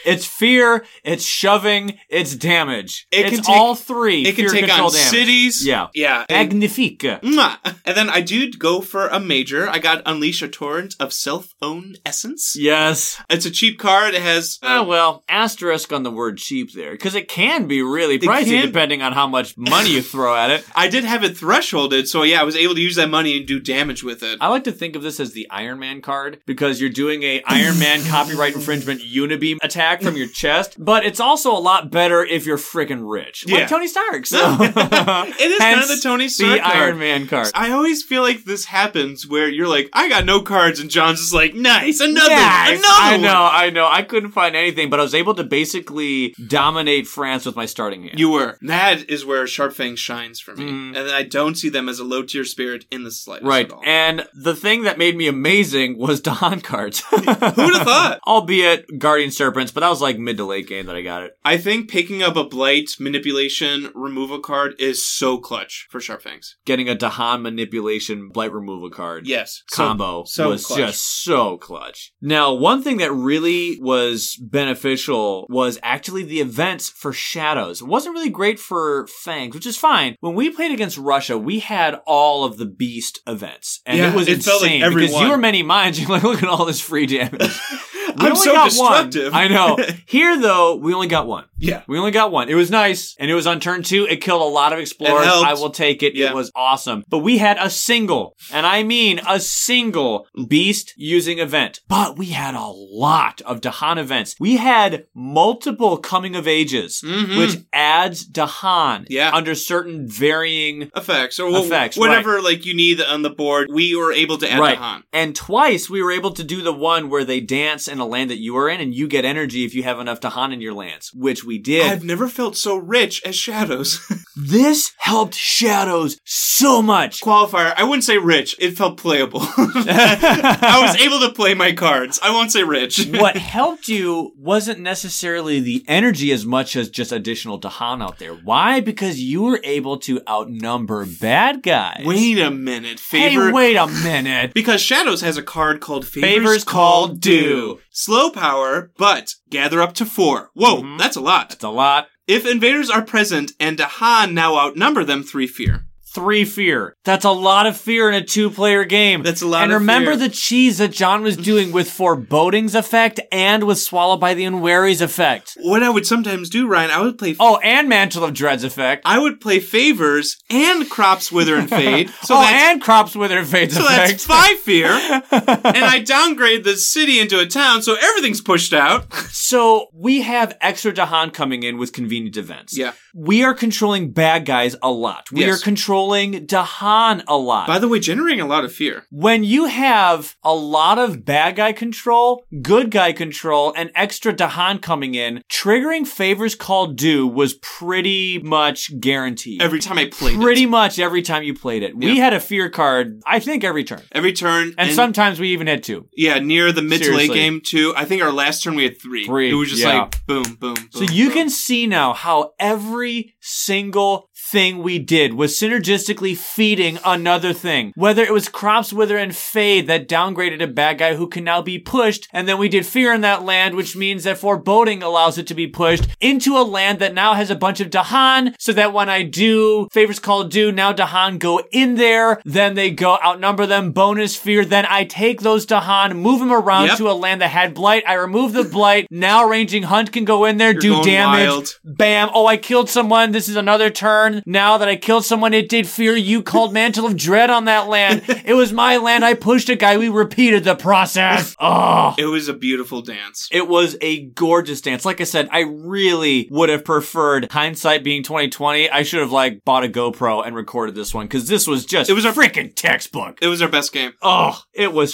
It's fear, it's shoving, it's damage. It it's can take- all three. It can fear, take control, on damage. cities. Yeah. Yeah. And- Magnifique. Mwah. And then I did go for a major. I got Unleash a Torrent of Self Own Essence. Yes. It's a cheap card. It has. uh, Oh, well, asterisk on the word cheap there, because it can be really pricey can- depending on how much money you throw at it. I did have it thresholded, so yeah, I was able to use that money and do damage with it. I like to think of this as the Iron Man card because you're doing a Iron Man copyright infringement unibeam attack from your chest, but it's also a lot better if you're freaking rich. Yeah. Like Tony Stark. So. it It is kind of the Tony Stark The card. Iron Man card. I always feel like this happens where you're like, I got no cards, and John's just like, nice, another, Yes, another. I one. know, I know. I couldn't find anything, but I was able to basically dominate France with my starting hand. You were. That is where Sharpfang shines for me, and I don't see them as a low tier spirit in the slightest. Mm. right. At all. And the thing that made me amazing was Dahan cards. Who would have thought? Albeit Guardian Serpents, but But that was like mid to late game that I got it. I think picking up a blight, manipulation, removal card is so clutch for Sharp Fangs. Getting a Dahan manipulation blight removal card. Yes. So- combo so was clutch. just so clutch. Now, one thing that really was beneficial was actually the events for Shadows. It wasn't really great for Fangs, which is fine. When we played against Russia, we had all of the Beast events, and Yeah, it was it insane felt like every because you one. were many minds. You're like, look at all this free damage. We I'm only so got one. destructive. I know. Here though, we only got one. Yeah. We only got one. It was nice, and it was on turn two. It killed a lot of explorers. It helped. I will take it. Yeah. It was awesome. But we had a single, and I mean a single beast using event. But we had a lot of Dahan events. We had multiple coming of ages, Mhm. which adds Dahan Yeah. under certain varying Effects or wh- Effects, whatever like you need on the board, we were able to add right. the Han. And twice we were able to do the one where they dance in a land that you are in, and you get energy if you have enough Dahan in your lands, which we did. I've never felt so rich as Shadows. This helped Shadows so much. Qualifier, I wouldn't say rich. It felt playable. I was able to play my cards. I won't say rich. what helped you wasn't necessarily the energy as much as just additional Dahan out there. Why? Because you were able to outnumber bad guys. Wait a minute. hey, Favor. wait a minute. Because Shadows has a card called Favors, Favors Call Call Due. Due. Slow power, but gather up to four. Whoa, Mm-hmm. that's a lot. It's a lot. If invaders are present and Dahan now outnumber them three fear. Three fear. That's a lot of fear in a two player game. That's a lot And of remember fear. the cheese that John was doing with forebodings effect and with swallow by the unwary's effect. What I would sometimes do, Ryan, I would play Oh, and mantle of dreads effect. I would play favors and crops wither and fade. So oh, that's and crops wither and fades so effect. that's five fear. and I downgrade the city into a town, so everything's pushed out. So we have extra Dahan coming in with convenient events. Yeah. We are controlling bad guys a lot. We Yes. are controlling Dahan a lot. By the way, generating a lot of fear. when you have a lot of bad guy control, good guy control, and extra Dahan coming in, triggering favors called due was pretty much guaranteed. Every time I played pretty it. much every time you played it. We Yeah. had a fear card, I think, every turn. Every turn. And, sometimes we even had two. Yeah, near the mid to late Seriously. game too. I think our last turn we had three. Three, It was just yeah. like boom, boom. So boom, you boom. can see now how every single thing we did was synergistically feeding another thing. Whether it was Crops Wither and Fade that downgraded a bad guy who can now be pushed, and then we did Fear in that land, which means that Foreboding allows it to be pushed into a land that now has a bunch of Dahan, so that when I do Favors Call Do, now Dahan go in there, then they go outnumber them, bonus Fear, then I take those Dahan, move them around Yep. to a land that had Blight, I remove the Blight, now Ranging Hunt can go in there, do going damage. wild. Bam. Oh, I killed someone. This is another turn. Now that I killed someone, it did fear. You called Mantle of Dread on that land. it was my land. I pushed a guy. We repeated the process. Oh. It was a beautiful dance. It was a gorgeous dance. Like I said, I really would have preferred hindsight being 2020. I should have like bought a GoPro and recorded this one because this was just It was a- freaking textbook. It was our best game. Oh, it was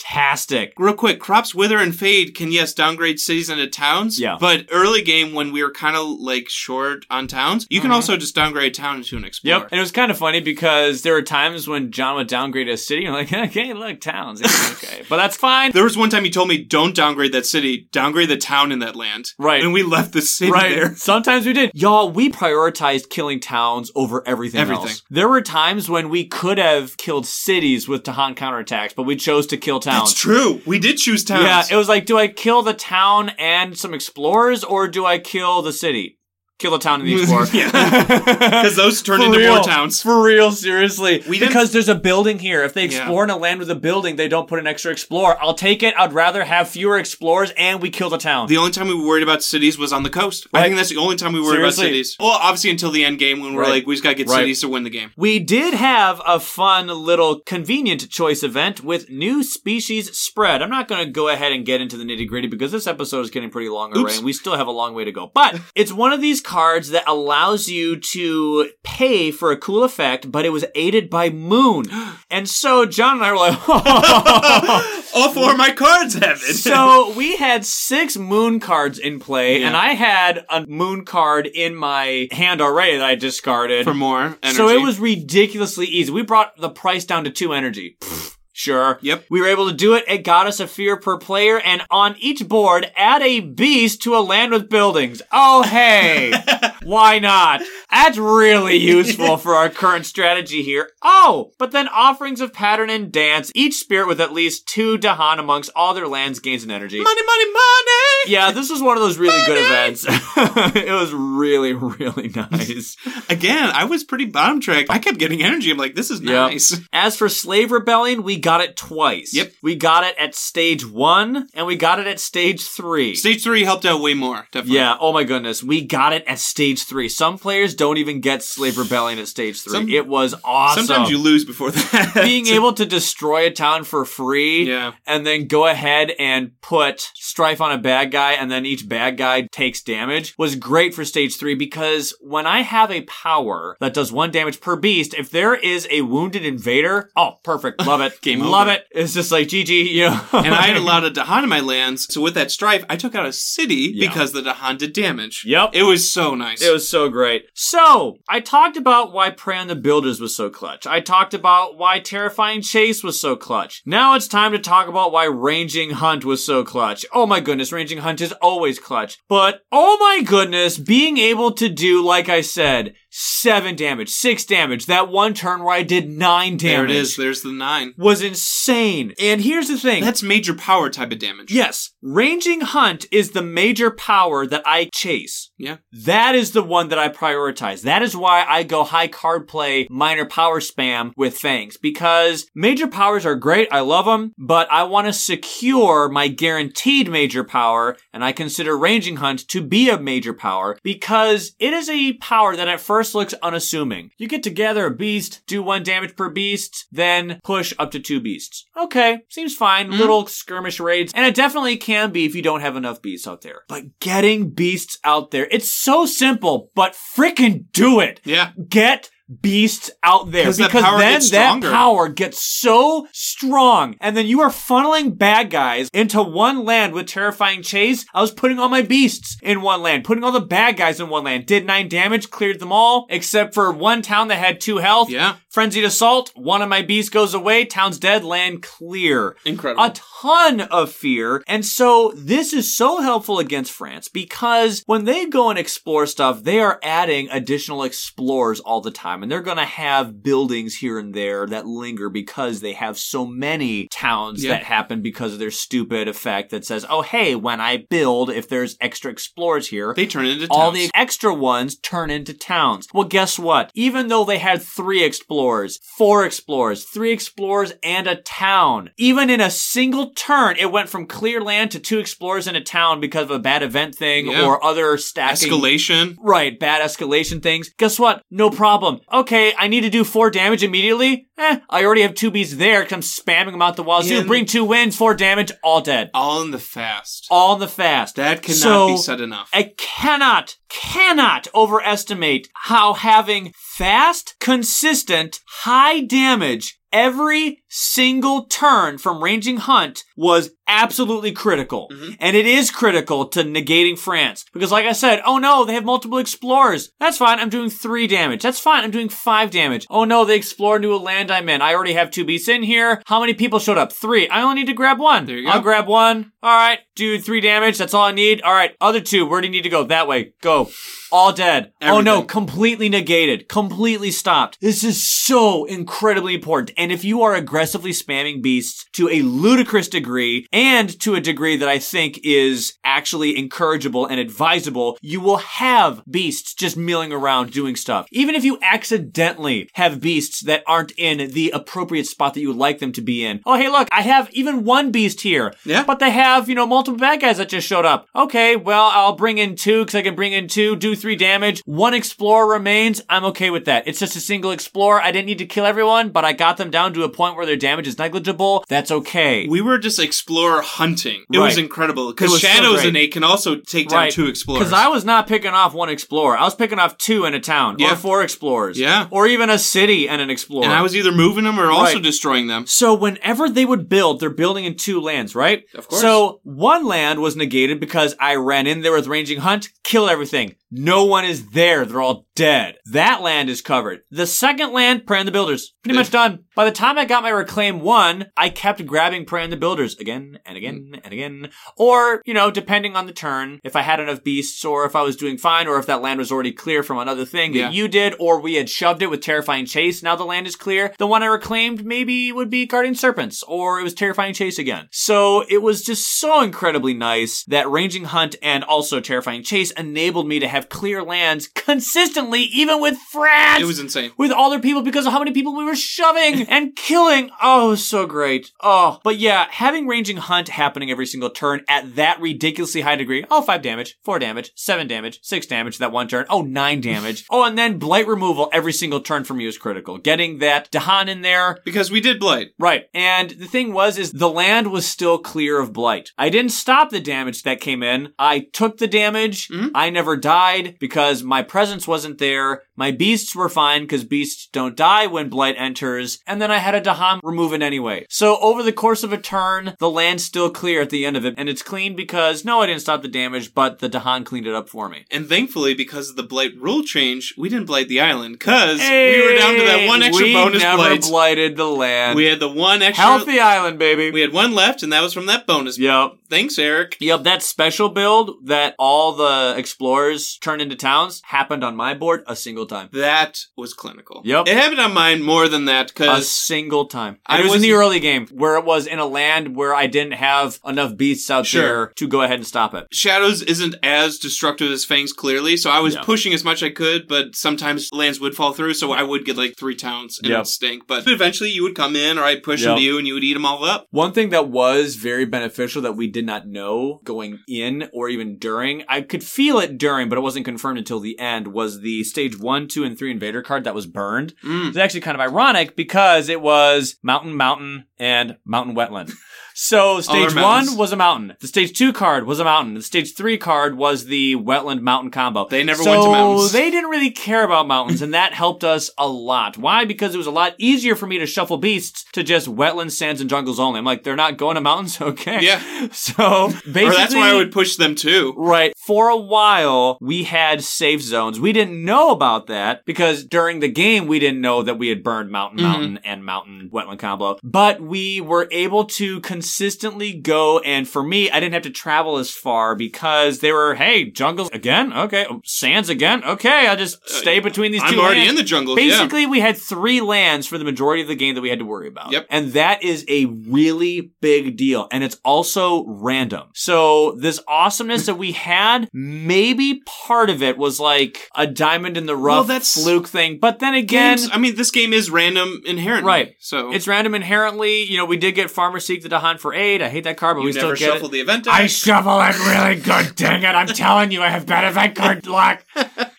fantastic. Real quick, crops wither and fade can yes downgrade cities into towns. Yeah. But early game when we were kind of like short on towns, you can also just downgrade town into an explorer. Uh-huh. Yep. And it was kind of funny because there were times when John would downgrade a city and like, okay, look, towns. It's okay. but that's fine. There was one time he told me, "Don't downgrade that city. Downgrade the town in that land." Right. And we left the city Right. there. Sometimes we did. Y'all, we prioritized killing towns over everything, Everything. else. There were times when we could have killed cities with Tahan counterattacks, but we chose to kill towns. That's true. We did choose towns. Yeah, it was like, do I kill the town and some explorers, or do I kill the city? Kill the town and the explorer. because those turned into more towns. For real, seriously. We didn't- because there's a building here. If they Yeah. explore in a land with a building, they don't put an extra explorer. I'll take it. I'd rather have fewer explorers and we kill the town. The only time we worried about cities was on the coast. I Right. think that's the only time we worried about Seriously. cities. Well, obviously until the end game when we're Right. like, we just gotta get Right. cities to win the game. we did have a fun little convenient choice event with new species spread. I'm not going to go ahead and get into the nitty gritty because this episode is getting pretty long Oops. already and we still have a long way to go. But it's one of these cards that allows you to pay for a cool effect, but it was aided by Moon. And so John and I were like, All four of my cards have it. so we had six moon cards in play, and I had a moon card in my hand already that I discarded. for more energy. so it was ridiculously easy. We brought the price down to two energy. Pfft, Sure. Yep. We were able to do it. It got us a fear per player, and on each board, add a beast to a land with buildings. Oh, hey. Why not? That's really useful for our current strategy here. Oh, but then offerings of pattern and dance. Each spirit with at least two Dahan amongst all their lands gains an energy. Money, money, money. Yeah, this was one of those really good events. it was really, really nice. Again, I was pretty bottom track. I kept getting energy. I'm like, this is Yep. nice. As for Slave Rebellion, we got it twice. Yep. We got it at stage one, and we got it at stage three. Stage three helped out way more, definitely. yeah, oh my goodness. We got it at stage three. Some players don't even get Slave Rebellion at stage three. Some- it was awesome. Sometimes you lose before that. being able to destroy a town for free Yeah. and then go ahead and put strife on a bad guy and then each bad guy takes damage was great for stage 3 because when I have a power that does 1 damage per beast if there is a wounded invader oh perfect love it Game love over. it it's just like GG you know and I had a lot of Dahan in my lands, so with that strife, I took out a city Yeah. because the Dahan did damage. Yep. It was so nice. It was so great. So, I talked about why Prey on the Builders was so clutch. I talked about why Terrifying Chase was so clutch. Now it's time to talk about why Ranging Hunt was so clutch. Oh my goodness, Ranging Hunt is always clutch. But, oh my goodness, being able to do, like I said, seven damage, six damage, that one turn where I did nine damage there it is. There's the nine. was insane. And here's the thing. That's major power type of damage. Yes, ranging hunt is the major power that I chase. Yeah. That is the one that I prioritize. That is why I go high card play, minor power spam with Fangs because major powers are great. I love them, but I want to secure my guaranteed major power and I consider Ranging Hunt to be a major power because it is a power that at first looks unassuming. You get together a beast, do one damage per beast, then push up to two beasts. Okay, seems fine. Little skirmish raids, and it definitely can be if you don't have enough beasts out there. But getting beasts out there, it's so simple, but frickin' do it. Yeah. Get beasts out there 'Cause that because power then gets that stronger. power gets so strong and then you are funneling bad guys into one land with terrifying chase i was putting all my beasts in one land putting all the bad guys in one land did nine damage cleared them all except for one town that had two health Yeah. frenzied assault one of my beasts goes away town's dead land clear Incredible. a ton of fear. And so this is so helpful against France because when they go and explore stuff, they are adding additional explorers all the time. And they're going to have buildings here and there that linger because they have so many towns Yeah. that happen because of their stupid effect that says, oh, hey, when I build, if there's extra explorers here, They turn into all towns. the extra ones turn into towns. Well, guess what? Even though they had three explorers, four explorers, three explorers, and a town, even in a single turn, it went from clear land to two explorers and a town because of a bad event thing Yeah. or other stacking. escalation. Right, bad escalation things. Guess what? No problem. Okay, I need to do four damage immediately. Eh, I already have two bees there 'cause I'm spamming them out the wazoo. In- Bring two wins, four damage, all dead. All in the fast. All in the fast. That cannot So- be said enough. I cannot, cannot overestimate how having fast, consistent, high damage every single turn from ranging hunt was absolutely critical. Mm-hmm. And it is critical to negating France. Because like I said, oh no, they have multiple explorers. That's fine. I'm doing three damage. That's fine. I'm doing five damage. Oh no, they explore into a land I'm in. I already have two beasts in here. How many people showed up? Three. I only need to grab one. There you go. I'll grab one. All right, do three damage. That's all I need. All right, other two. Where do you need to go? That way. Go. All dead. Oh no, Everything. completely negated, completely stopped. This is so incredibly important. And if you are aggressively spamming beasts to a ludicrous degree and to a degree that I think is actually encourageable and advisable, you will have beasts just milling around doing stuff. Even if you accidentally have beasts that aren't in the appropriate spot that you would like them to be in. Oh, hey, look, I have even one beast here. Yeah. But they have, you know, multiple bad guys that just showed up. Okay, well, I'll bring in two because I can bring in two, do three damage. One explorer remains. I'm okay with that. It's just a single explorer. I didn't need to kill everyone, but I got them down to a point where their damage is negligible. That's okay. we were just explorer hunting. It was Right. incredible It because was so shadows great. in eight can also take down two explorers. Because I was not picking off one explorer. I was picking off two in a town, Yeah. or four explorers, Yeah. or even a city and an explorer. and I was either moving them or also Right. destroying them. So whenever they would build, they're building in two lands, right? Of course. So one land was negated because I ran in there with ranging hunt, kill everything. No one is there. They're all dead. That land is covered. The second land, Prey on the Builders. Pretty much done. By the time I got my Reclaim 1, I kept grabbing Prey on the Builders again and again and again. Or, you know, depending on the turn, if I had enough beasts or if I was doing fine or if that land was already clear from another thing that Yeah. you did or we had shoved it with Terrifying Chase, now the land is clear. The one I reclaimed maybe would be Guardian Serpents or it was Terrifying Chase again. So it was just so incredibly nice that Ranging Hunt and also Terrifying Chase enabled me to have clear lands consistently, even with France It was insane. with other people because of how many people we were shoving and killing. Oh, it was so great. Oh, but yeah, having ranging hunt happening every single turn at that ridiculously high degree. Oh, five damage, four damage, seven damage, six damage that one turn. Oh, nine damage. oh, and then blight removal every single turn from you is critical. Getting that Dahan in there, Because we did Blight. Right. And the thing was is the land was still clear of blight. I didn't stop the damage that came in. I took the damage. Mm-hmm. I never died because my presence wasn't there. My beasts were fine because beasts don't die when blight enters. And then I had a Daham remove it anyway. So over the course of a turn, the land's still clear at the end of it. And it's clean because no, I didn't stop the damage, but the Dahan cleaned it up for me. And thankfully, because of the Blight rule change, we didn't Blight the island. Because we were down to that one extra we bonus never Blight. blighted the land. we had the one extra. Healthy island, baby. We had one left, and that was from that bonus. yep. Thanks, Eric. Yep, that special build that all the explorers turned into towns happened on my board a single time. That was clinical. Yep. It happened on mine more than that A because single time. I And it was in the wasn't- early game where it was in a land where I didn't have enough beasts out Sure. there to go ahead and stop it. Shadows isn't as destructive as Fangs clearly, so I was Yeah. pushing as much I could, but sometimes lands would fall through, so I would get like three towns and it Yep. would stink. But eventually you would come in or I'd push Yep. into you and you would eat them all up. One thing that was very beneficial that we did not know going in or even during, I could feel it during, but it wasn't confirmed until the end, was the stage one, two, and three invader card that was burned. Mm. It's actually kind of ironic because it was mountain, mountain, and mountain wetland. So stage our one mountains. was a mountain. The stage two card was a mountain. The stage three card was the wetland mountain combo. They never went to mountains. So they didn't really care about mountains, and that helped us a lot. Why? Because it was a lot easier for me to shuffle beasts to just wetlands, sands, and jungles only. I'm like, they're not going to mountains, okay? Yeah. So basically, Or that's why I would push them too. Right. For a while, we had safe zones. We didn't know about that because during the game, we didn't know that we had burned Mm-hmm. Mountain Mountain and Mountain Wetland Combo. But we were able to consistently go. And for me, I didn't have to travel as far because they were, hey, jungles again? Okay. Oh, Sands again? Okay. I'll just stay between these Uh, I'm two already lands. in the jungle. Oh, yeah. Basically, we had three lands for the majority of the game that we had to worry about. Yep. And that is a really big deal. And it's also random. So this awesomeness that we had, maybe part of it was like a diamond in the rough Well, that's- fluke thing. But then again, Games- I mean, this game is random inherently. Right. So it's random inherently. You know, we did get Farmer Seek the Dahan for eight. I hate that card, but we you still never get it. shuffle the event I deck. shovel it really good, dang it. I'm telling you, I have bad event card luck.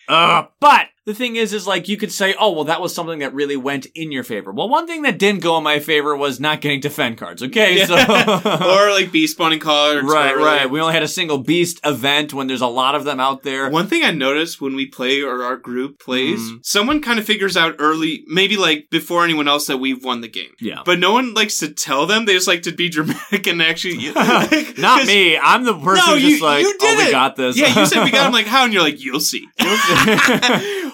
Ugh. But the thing is, is like you could say, oh, well, that was something that really went in your favor. Well, one thing that didn't go in my favor was not getting defend cards. Okay, so or like beast spawning cards. Right, or, like- right. We only had a single beast event when there's a lot of them out there. One thing I noticed when we play or our group plays, Hmm. someone kind of figures out early, maybe like before anyone else, that we've won the game. Yeah. But no one likes to tell them. They just like to be dramatic and actually. like, Not 'cause- me. I'm the person No, who's you, just like, you did oh, it. we got this. Yeah, you said we got him like how? And you're like, you'll see.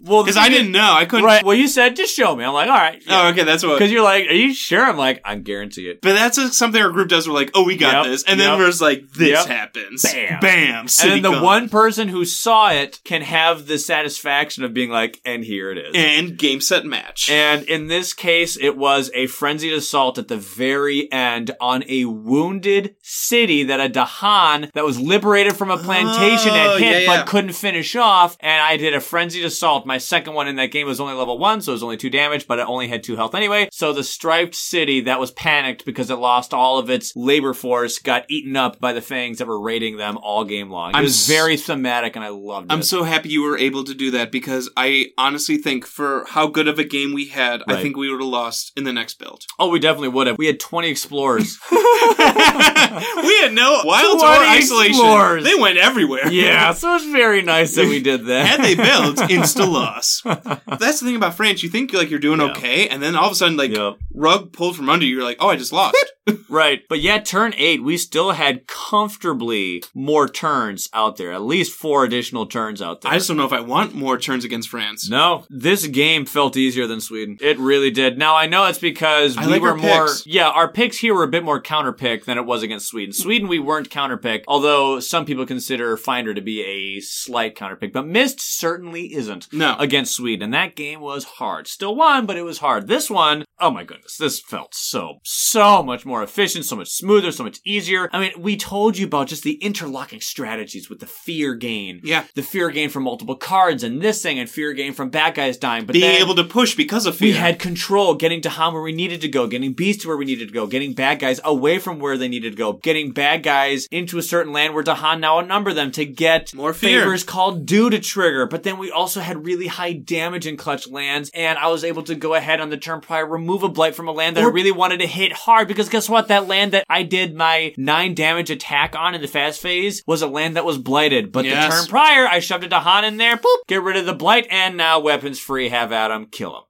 well, Because I didn't know. I couldn't. Right. Well, you said just show me. I'm like, all right. Oh, okay. That's what. Because you're like, are you sure? I'm like, I guarantee it. But that's uh, something our group does. We're like, oh, we got Yep, this. And then yep, we're just like, this yep. happens. Bam. Bam. And City then the gone. one person who saw it can have the satisfaction of being like, and here it is. And game set match. And in this case, it was a frenzied assault at the very end on a wounded city that a Dahan that was liberated from a plantation Oh, had hit yeah, yeah. but couldn't finish off. And I did a frenzied assault. My second one in that game was only level one, so it was only two damage, but it only had two health anyway. So the striped city that was panicked because it lost all of its labor force got eaten up by the fangs that were raiding them all game long. It I'm was s- very thematic and I loved it. I'm so happy you were able to do that because I honestly think for how good of a game we had, I Right. think we would have lost in the next build. oh, we definitely would have. We had 20 explorers. we had no wilds or Bloody isolation. explorers. They went everywhere. Yeah, so it's very nice that we did that. Had they built, insta loss. That's the thing about France. You think like you're doing okay, and then all of a sudden, like Yep. rug pulled from under you. You're like, oh, I just lost. right. But yet, turn eight, we still had comfortably more turns out there, at least four additional turns out there. I just don't know if I want more turns against France. No, this game felt easier than Sweden. It really did. Now I know it's because I we like were our more picks. yeah, our picks here were a bit more counterpick than it was against Sweden. Sweden we weren't counterpick, although some people consider Finder to be a slight counterpick, but Mist certainly isn't No. against Sweden. And that game was hard. Still won, but it was hard. This one, oh my goodness, this felt so, so much more efficient, so much smoother, so much easier. I mean, we told you about just the interlocking strategies with the fear gain. Yeah. The fear gain from multiple cards and this thing and fear gain from bad guys dying. But Being then able to push because of fear. we had control, getting to Ham where we needed to go, getting Beast to where we needed to go, getting bad guys away from where they needed to go, getting bad guys into a certain land where Dahan now outnumber them to get More fear. favors called due to trigger. But then we also had really high damage in clutch lands, and I was able to go ahead on the turn prior, remove a blight from a land that I really wanted to hit hard because guess what? That land that I did my nine damage attack on in the fast phase was a land that was blighted. But Yes. the turn prior, I shoved a Dahan in there, boop, get rid of the blight, and now weapons free, have at him, kill him.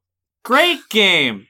Great game.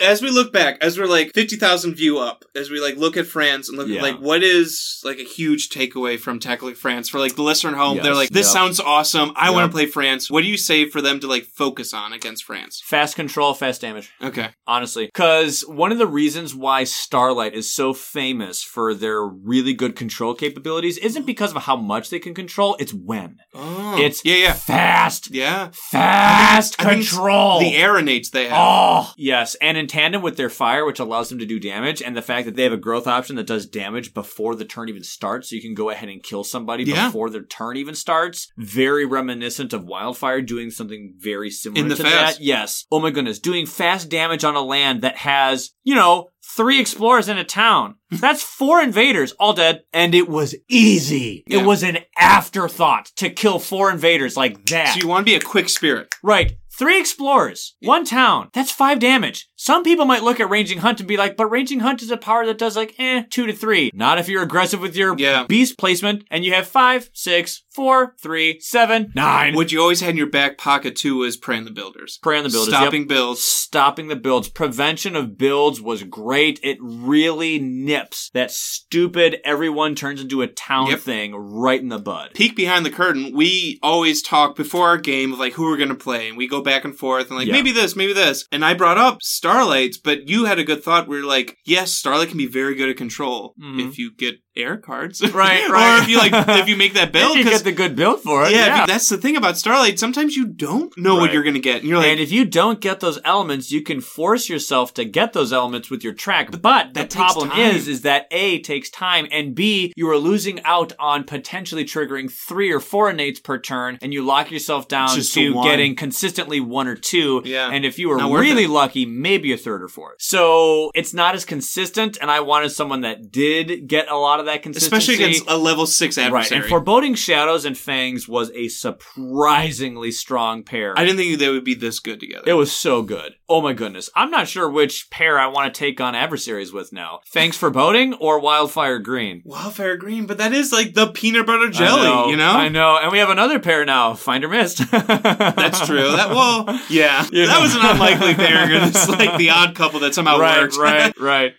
as we look back, as we're like fifty thousand view up, as we like look at France and look Yeah. at like what is like a huge takeaway from tackling France for like the listener at home, Yes. they're like, This Yep. sounds awesome, I wanna Yep. play France. What do you say for them to like focus on against France? fast control, fast damage. Okay. Honestly, because one of the reasons why Starlight is so famous for their really good control capabilities isn't because of how much they can control; it's when Oh it's yeah, yeah. fast, Yeah. fast I think it's control. The aeronates they have. Oh yes, and in tandem with their fire, which allows them to do damage, and the fact that they have a growth option that does damage before the turn even starts, so you can go ahead and kill somebody Yeah. before their turn even starts. Very reminiscent of Wildfire doing something very similar In the to fast. that. Yes. Oh my goodness, doing fast damage on a land that has you know three explorers in a town. That's four invaders, all dead, and it was easy. Yeah. It was an afterthought to kill four invaders like that. So you wanna be a quick spirit. Right. Three explorers, one town. That's five damage. Some people might look at Ranging Hunt and be like, but Ranging Hunt is a power that does like, eh, two to three. Not if you're aggressive with your Yeah. beast placement and you have five, six, four, three, seven, nine. What you always had in your back pocket too was praying the builders. Prey on the builders. yep. Stopping builds. Stopping the builds. Prevention of builds was great. It really nips that stupid everyone turns into a town Yep. thing right in the bud. peek behind the curtain, we always talk before our game of like who we're gonna play, and we go back and forth and like Yeah. maybe this, maybe this. And I brought up Starlight, but you had a good thought. We were like, yes, Starlight can be very good at control Mhm. if you get air cards, Right, or right. if you like if you make that build. you 'cause- get the good build for it. yeah, yeah. be- that's the thing about Starlight. Sometimes you don't know what Right. you're gonna get, and you're like, and if you don't get those elements, you can force yourself to get those elements with your track. But the that takes problem time. is, is that A takes time, and B, you are losing out on potentially triggering three or four innates per turn, and you lock yourself down Just to the one. getting consistently one or two. Yeah. And if you are Not worth really it. lucky, maybe a third or fourth. So it's not as consistent, and I wanted someone that did get a lot of that consistency. especially against a level six Right, adversary. and Foreboding Shadows and Fangs was a surprisingly strong pair. I didn't think they would be this good together. It was so good. Oh my goodness. I'm not sure which pair I want to take on adversaries with now. Thanks for boating or Wildfire Green. Wildfire Green, but that is like the peanut butter jelly, I you know? I know. And we have another pair now, Finder Mist. That's true. That well, yeah, You that know. was an unlikely pairing. It's like the odd couple that somehow right, worked. right, right.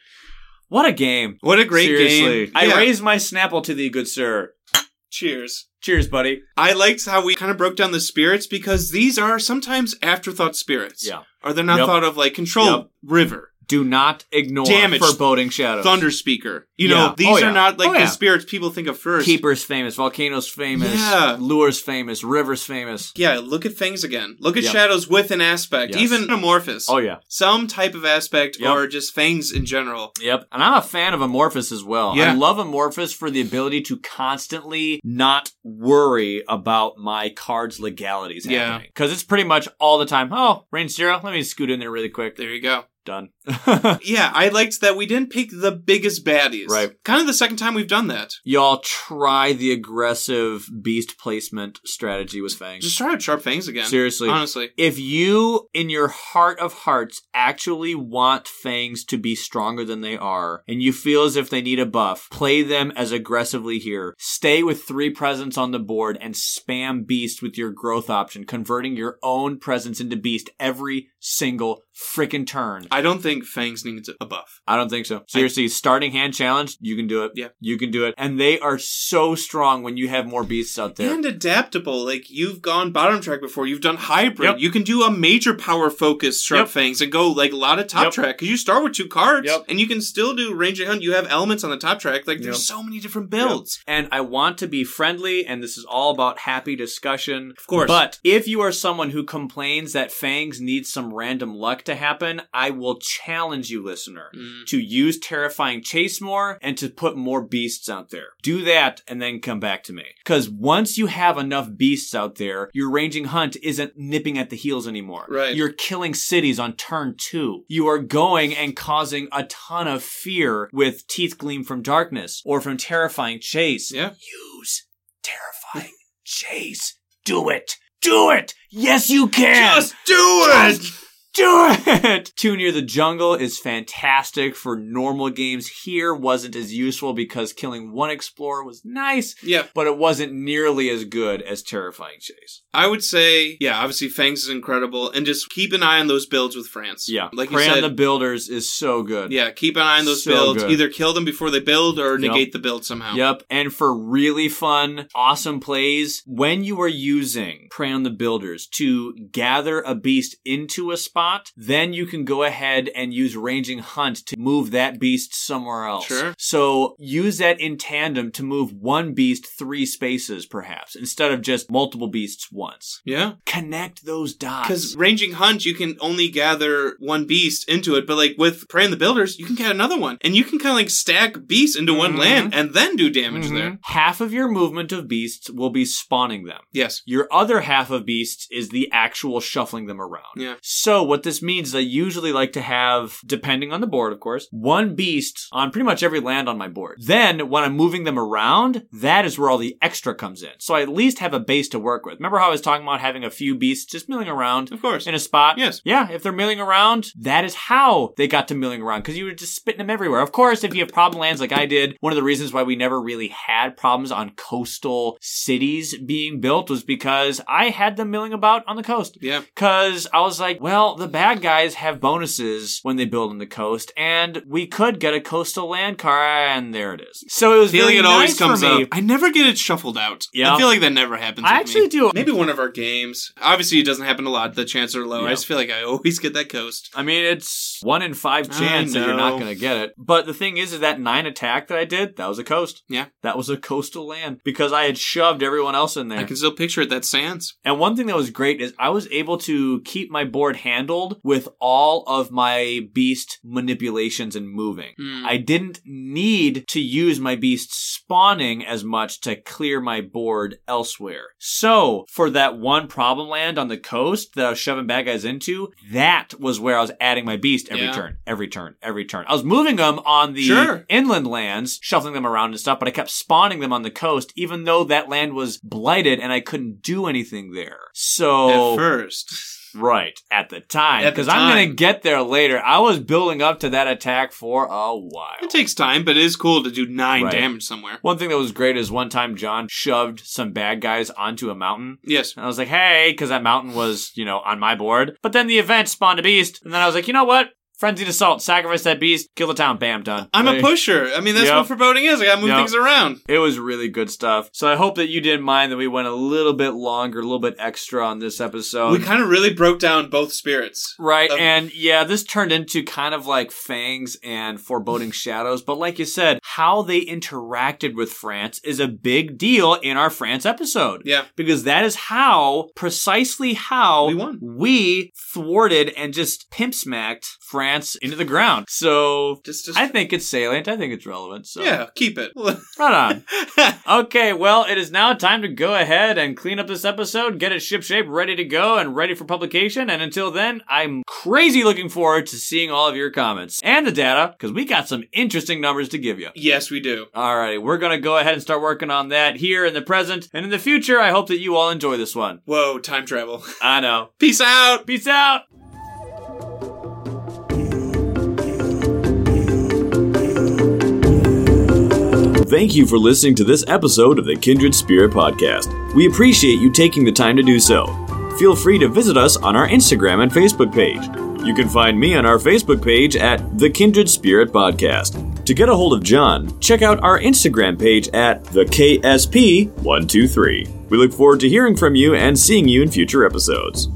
What a game. What a great Seriously. game! I Yeah. raise my Snapple to thee, good sir. Cheers. Cheers, buddy. I liked how we kind of broke down the spirits because these are sometimes afterthought spirits. Yeah. Or they're not Yep. thought of like control Yep. river, Do not ignore Damage. Foreboding Shadows. thunder speaker. You Yeah. know, these Oh, are yeah. not like Oh, the yeah. spirits people think of first. Keeper's famous, Volcano's famous, Yeah. Lure's famous, River's famous. yeah, look at things again. Look at Yep. shadows with an aspect, Yes. even amorphous. Oh, yeah. Some type of aspect Yep. or just fangs in general. Yep. And I'm a fan of Amorphous as well. Yeah. I love Amorphous for the ability to constantly not worry about my card's legalities Yeah. happening. Because it's pretty much all the time, oh, range zero, let me scoot in there really quick. There you go. Done. Yeah, I liked that we didn't pick the biggest baddies. Right. Kind of the second time we've done that. Y'all try the aggressive beast placement strategy with Fangs. Just try out Sharp Fangs again. Seriously. Honestly. if you in your heart of hearts actually want fangs to be stronger than they are and you feel as if they need a buff play them as aggressively here stay with three presence on the board and spam beast with your growth option converting your own presence into beast every single freaking turn I don't think Fangs needs a buff. I don't think so. Seriously, starting hand challenge, you can do it. Yeah. You can do it. And they are so strong when you have more beasts out there. And adaptable. Like you've gone bottom track before. You've done hybrid. Yep. You can do a major power focus sharp Yep. fangs and go like a lot of top Yep. track because you start with two cards Yep. and you can still do range and hunt. You have elements on the top track. Like there's so many different builds. and I want to be friendly, and this is all about happy discussion. Of course. But if you are someone who complains that Fangs needs some random luck to happen, I will challenge you, listener, Mm. to use Terrifying Chase more and to put more beasts out there. Do that and then come back to me. Because once you have enough beasts out there, your ranging hunt isn't nipping at the heels anymore. Right. You're killing cities on turn two. You are going and causing a ton of fear with Teeth Gleam from Darkness or from Terrifying Chase Yeah. use terrifying chase. Do it. Do it. Yes, you can. Just do it. do it. Two Near the Jungle is fantastic for normal games. Here wasn't as useful because killing one explorer was nice, yeah. but it wasn't nearly as good as terrifying chase. I would say, yeah, obviously Fangs is incredible, and just keep an eye on those builds with France. Yeah, like Prey you on said, the Builders is so good. yeah, keep an eye on those So builds. good. Either kill them before they build, or Yep. negate the build somehow. Yep. And for really fun, awesome plays, when you are using Prey on the Builders to gather a beast into a spot, then you can go ahead and use Ranging Hunt to move that beast somewhere else. Sure. So use that in tandem to move one beast three spaces, perhaps, instead of just multiple beasts once. Yeah. Connect those dots. Because ranging hunt, you can only gather one beast into it, but like with Prey and the Builders, you can get another one, and you can kind of like stack beasts into Mm-hmm. one land and then do damage there. Half of your movement of beasts will be spawning them. Yes. Your other half of beasts is the actual shuffling them around. Yeah. So what this means is I usually like to have, depending on the board, of course, one beast on pretty much every land on my board. Then when I'm moving them around, that is where all the extra comes in. So I at least have a base to work with. Remember how I was talking about having a few beasts just milling around? Of course. In a spot. Yes. Yeah, if they're milling around, that is how they got to milling around because you were just spitting them everywhere. Of course, if you have problem lands like I did, one of the reasons why we never really had problems on coastal cities being built was because I had them milling about on the coast. Yeah. Because I was like, well, the bad guys have bonuses when they build on the coast, and we could get a coastal land car, and there it is. So it was Feeling really it always nice comes for me. up. I never get it shuffled out. Yeah. I feel like that never happens. with I me. actually do. Maybe one of our games. Obviously, it doesn't happen a lot. The chances are low. I just feel like I always get that coast. I mean, it's one in five I chance that you're not know. going to get it. But the thing is, is that nine attack that I did, that was a coast. Yeah. That was a coastal land because I had shoved everyone else in I there. can still picture it. That sands. And one thing that was great is I was able to keep my board handled with all of my beast manipulations and moving. Hmm. I didn't need to use my beast spawning as much to clear my board elsewhere. So, for that one problem land on the coast that I was shoving bad guys into, that was where I was adding my beast every Yeah. turn, every turn, every turn. I was moving them on the Sure. inland lands, shuffling them around and stuff, but I kept spawning them on the coast, even though that land was blighted and I couldn't do anything there. So, At first. Right at the time, At the because I'm gonna time. get there later. I was building up to that attack for a while. It takes time, but it is cool to do nine Right. damage somewhere. One thing that was great is one time John shoved some bad guys onto a mountain. Yes. And I was like, hey, because that mountain was, you know, on my board. But then the event spawned a beast. And then I was like, you know what? Frenzied assault, sacrifice that beast, kill the town, bam, done. I'm Like, a pusher. I mean, that's Yep. what foreboding is. I gotta move Yep. things around. It was really good stuff. So I hope that you didn't mind that we went a little bit longer, a little bit extra on this episode. we kind of really broke down both spirits. Right, Um, and yeah, this turned into kind of like Fangs and Foreboding Shadows, but like you said, how they interacted with France is a big deal in our France episode. Yeah. Because that is how, precisely how, We won. we thwarted and just pimp smacked France into the ground. So. Just, just I think it's salient. I think it's relevant. So, yeah, keep it. right on. Okay, well, it is now time to go ahead and clean up this episode, get it shipshape, ready to go, and ready for publication. And until then, I'm crazy looking forward to seeing all of your comments and the data because we got some interesting numbers to give you. yes, we do. All right, we're gonna go ahead and start working on that here in the present and in the future. I hope that you all enjoy this one. Whoa, time travel. I know. Peace out. Peace out. Thank you for listening to this episode of the Kindred Spirit Podcast. We appreciate you taking the time to do so. feel free to visit us on our Instagram and Facebook page. You can find me on our Facebook page at The Kindred Spirit Podcast. To get a hold of John, check out our Instagram page at The KSP123. We look forward to hearing from you and seeing you in future episodes.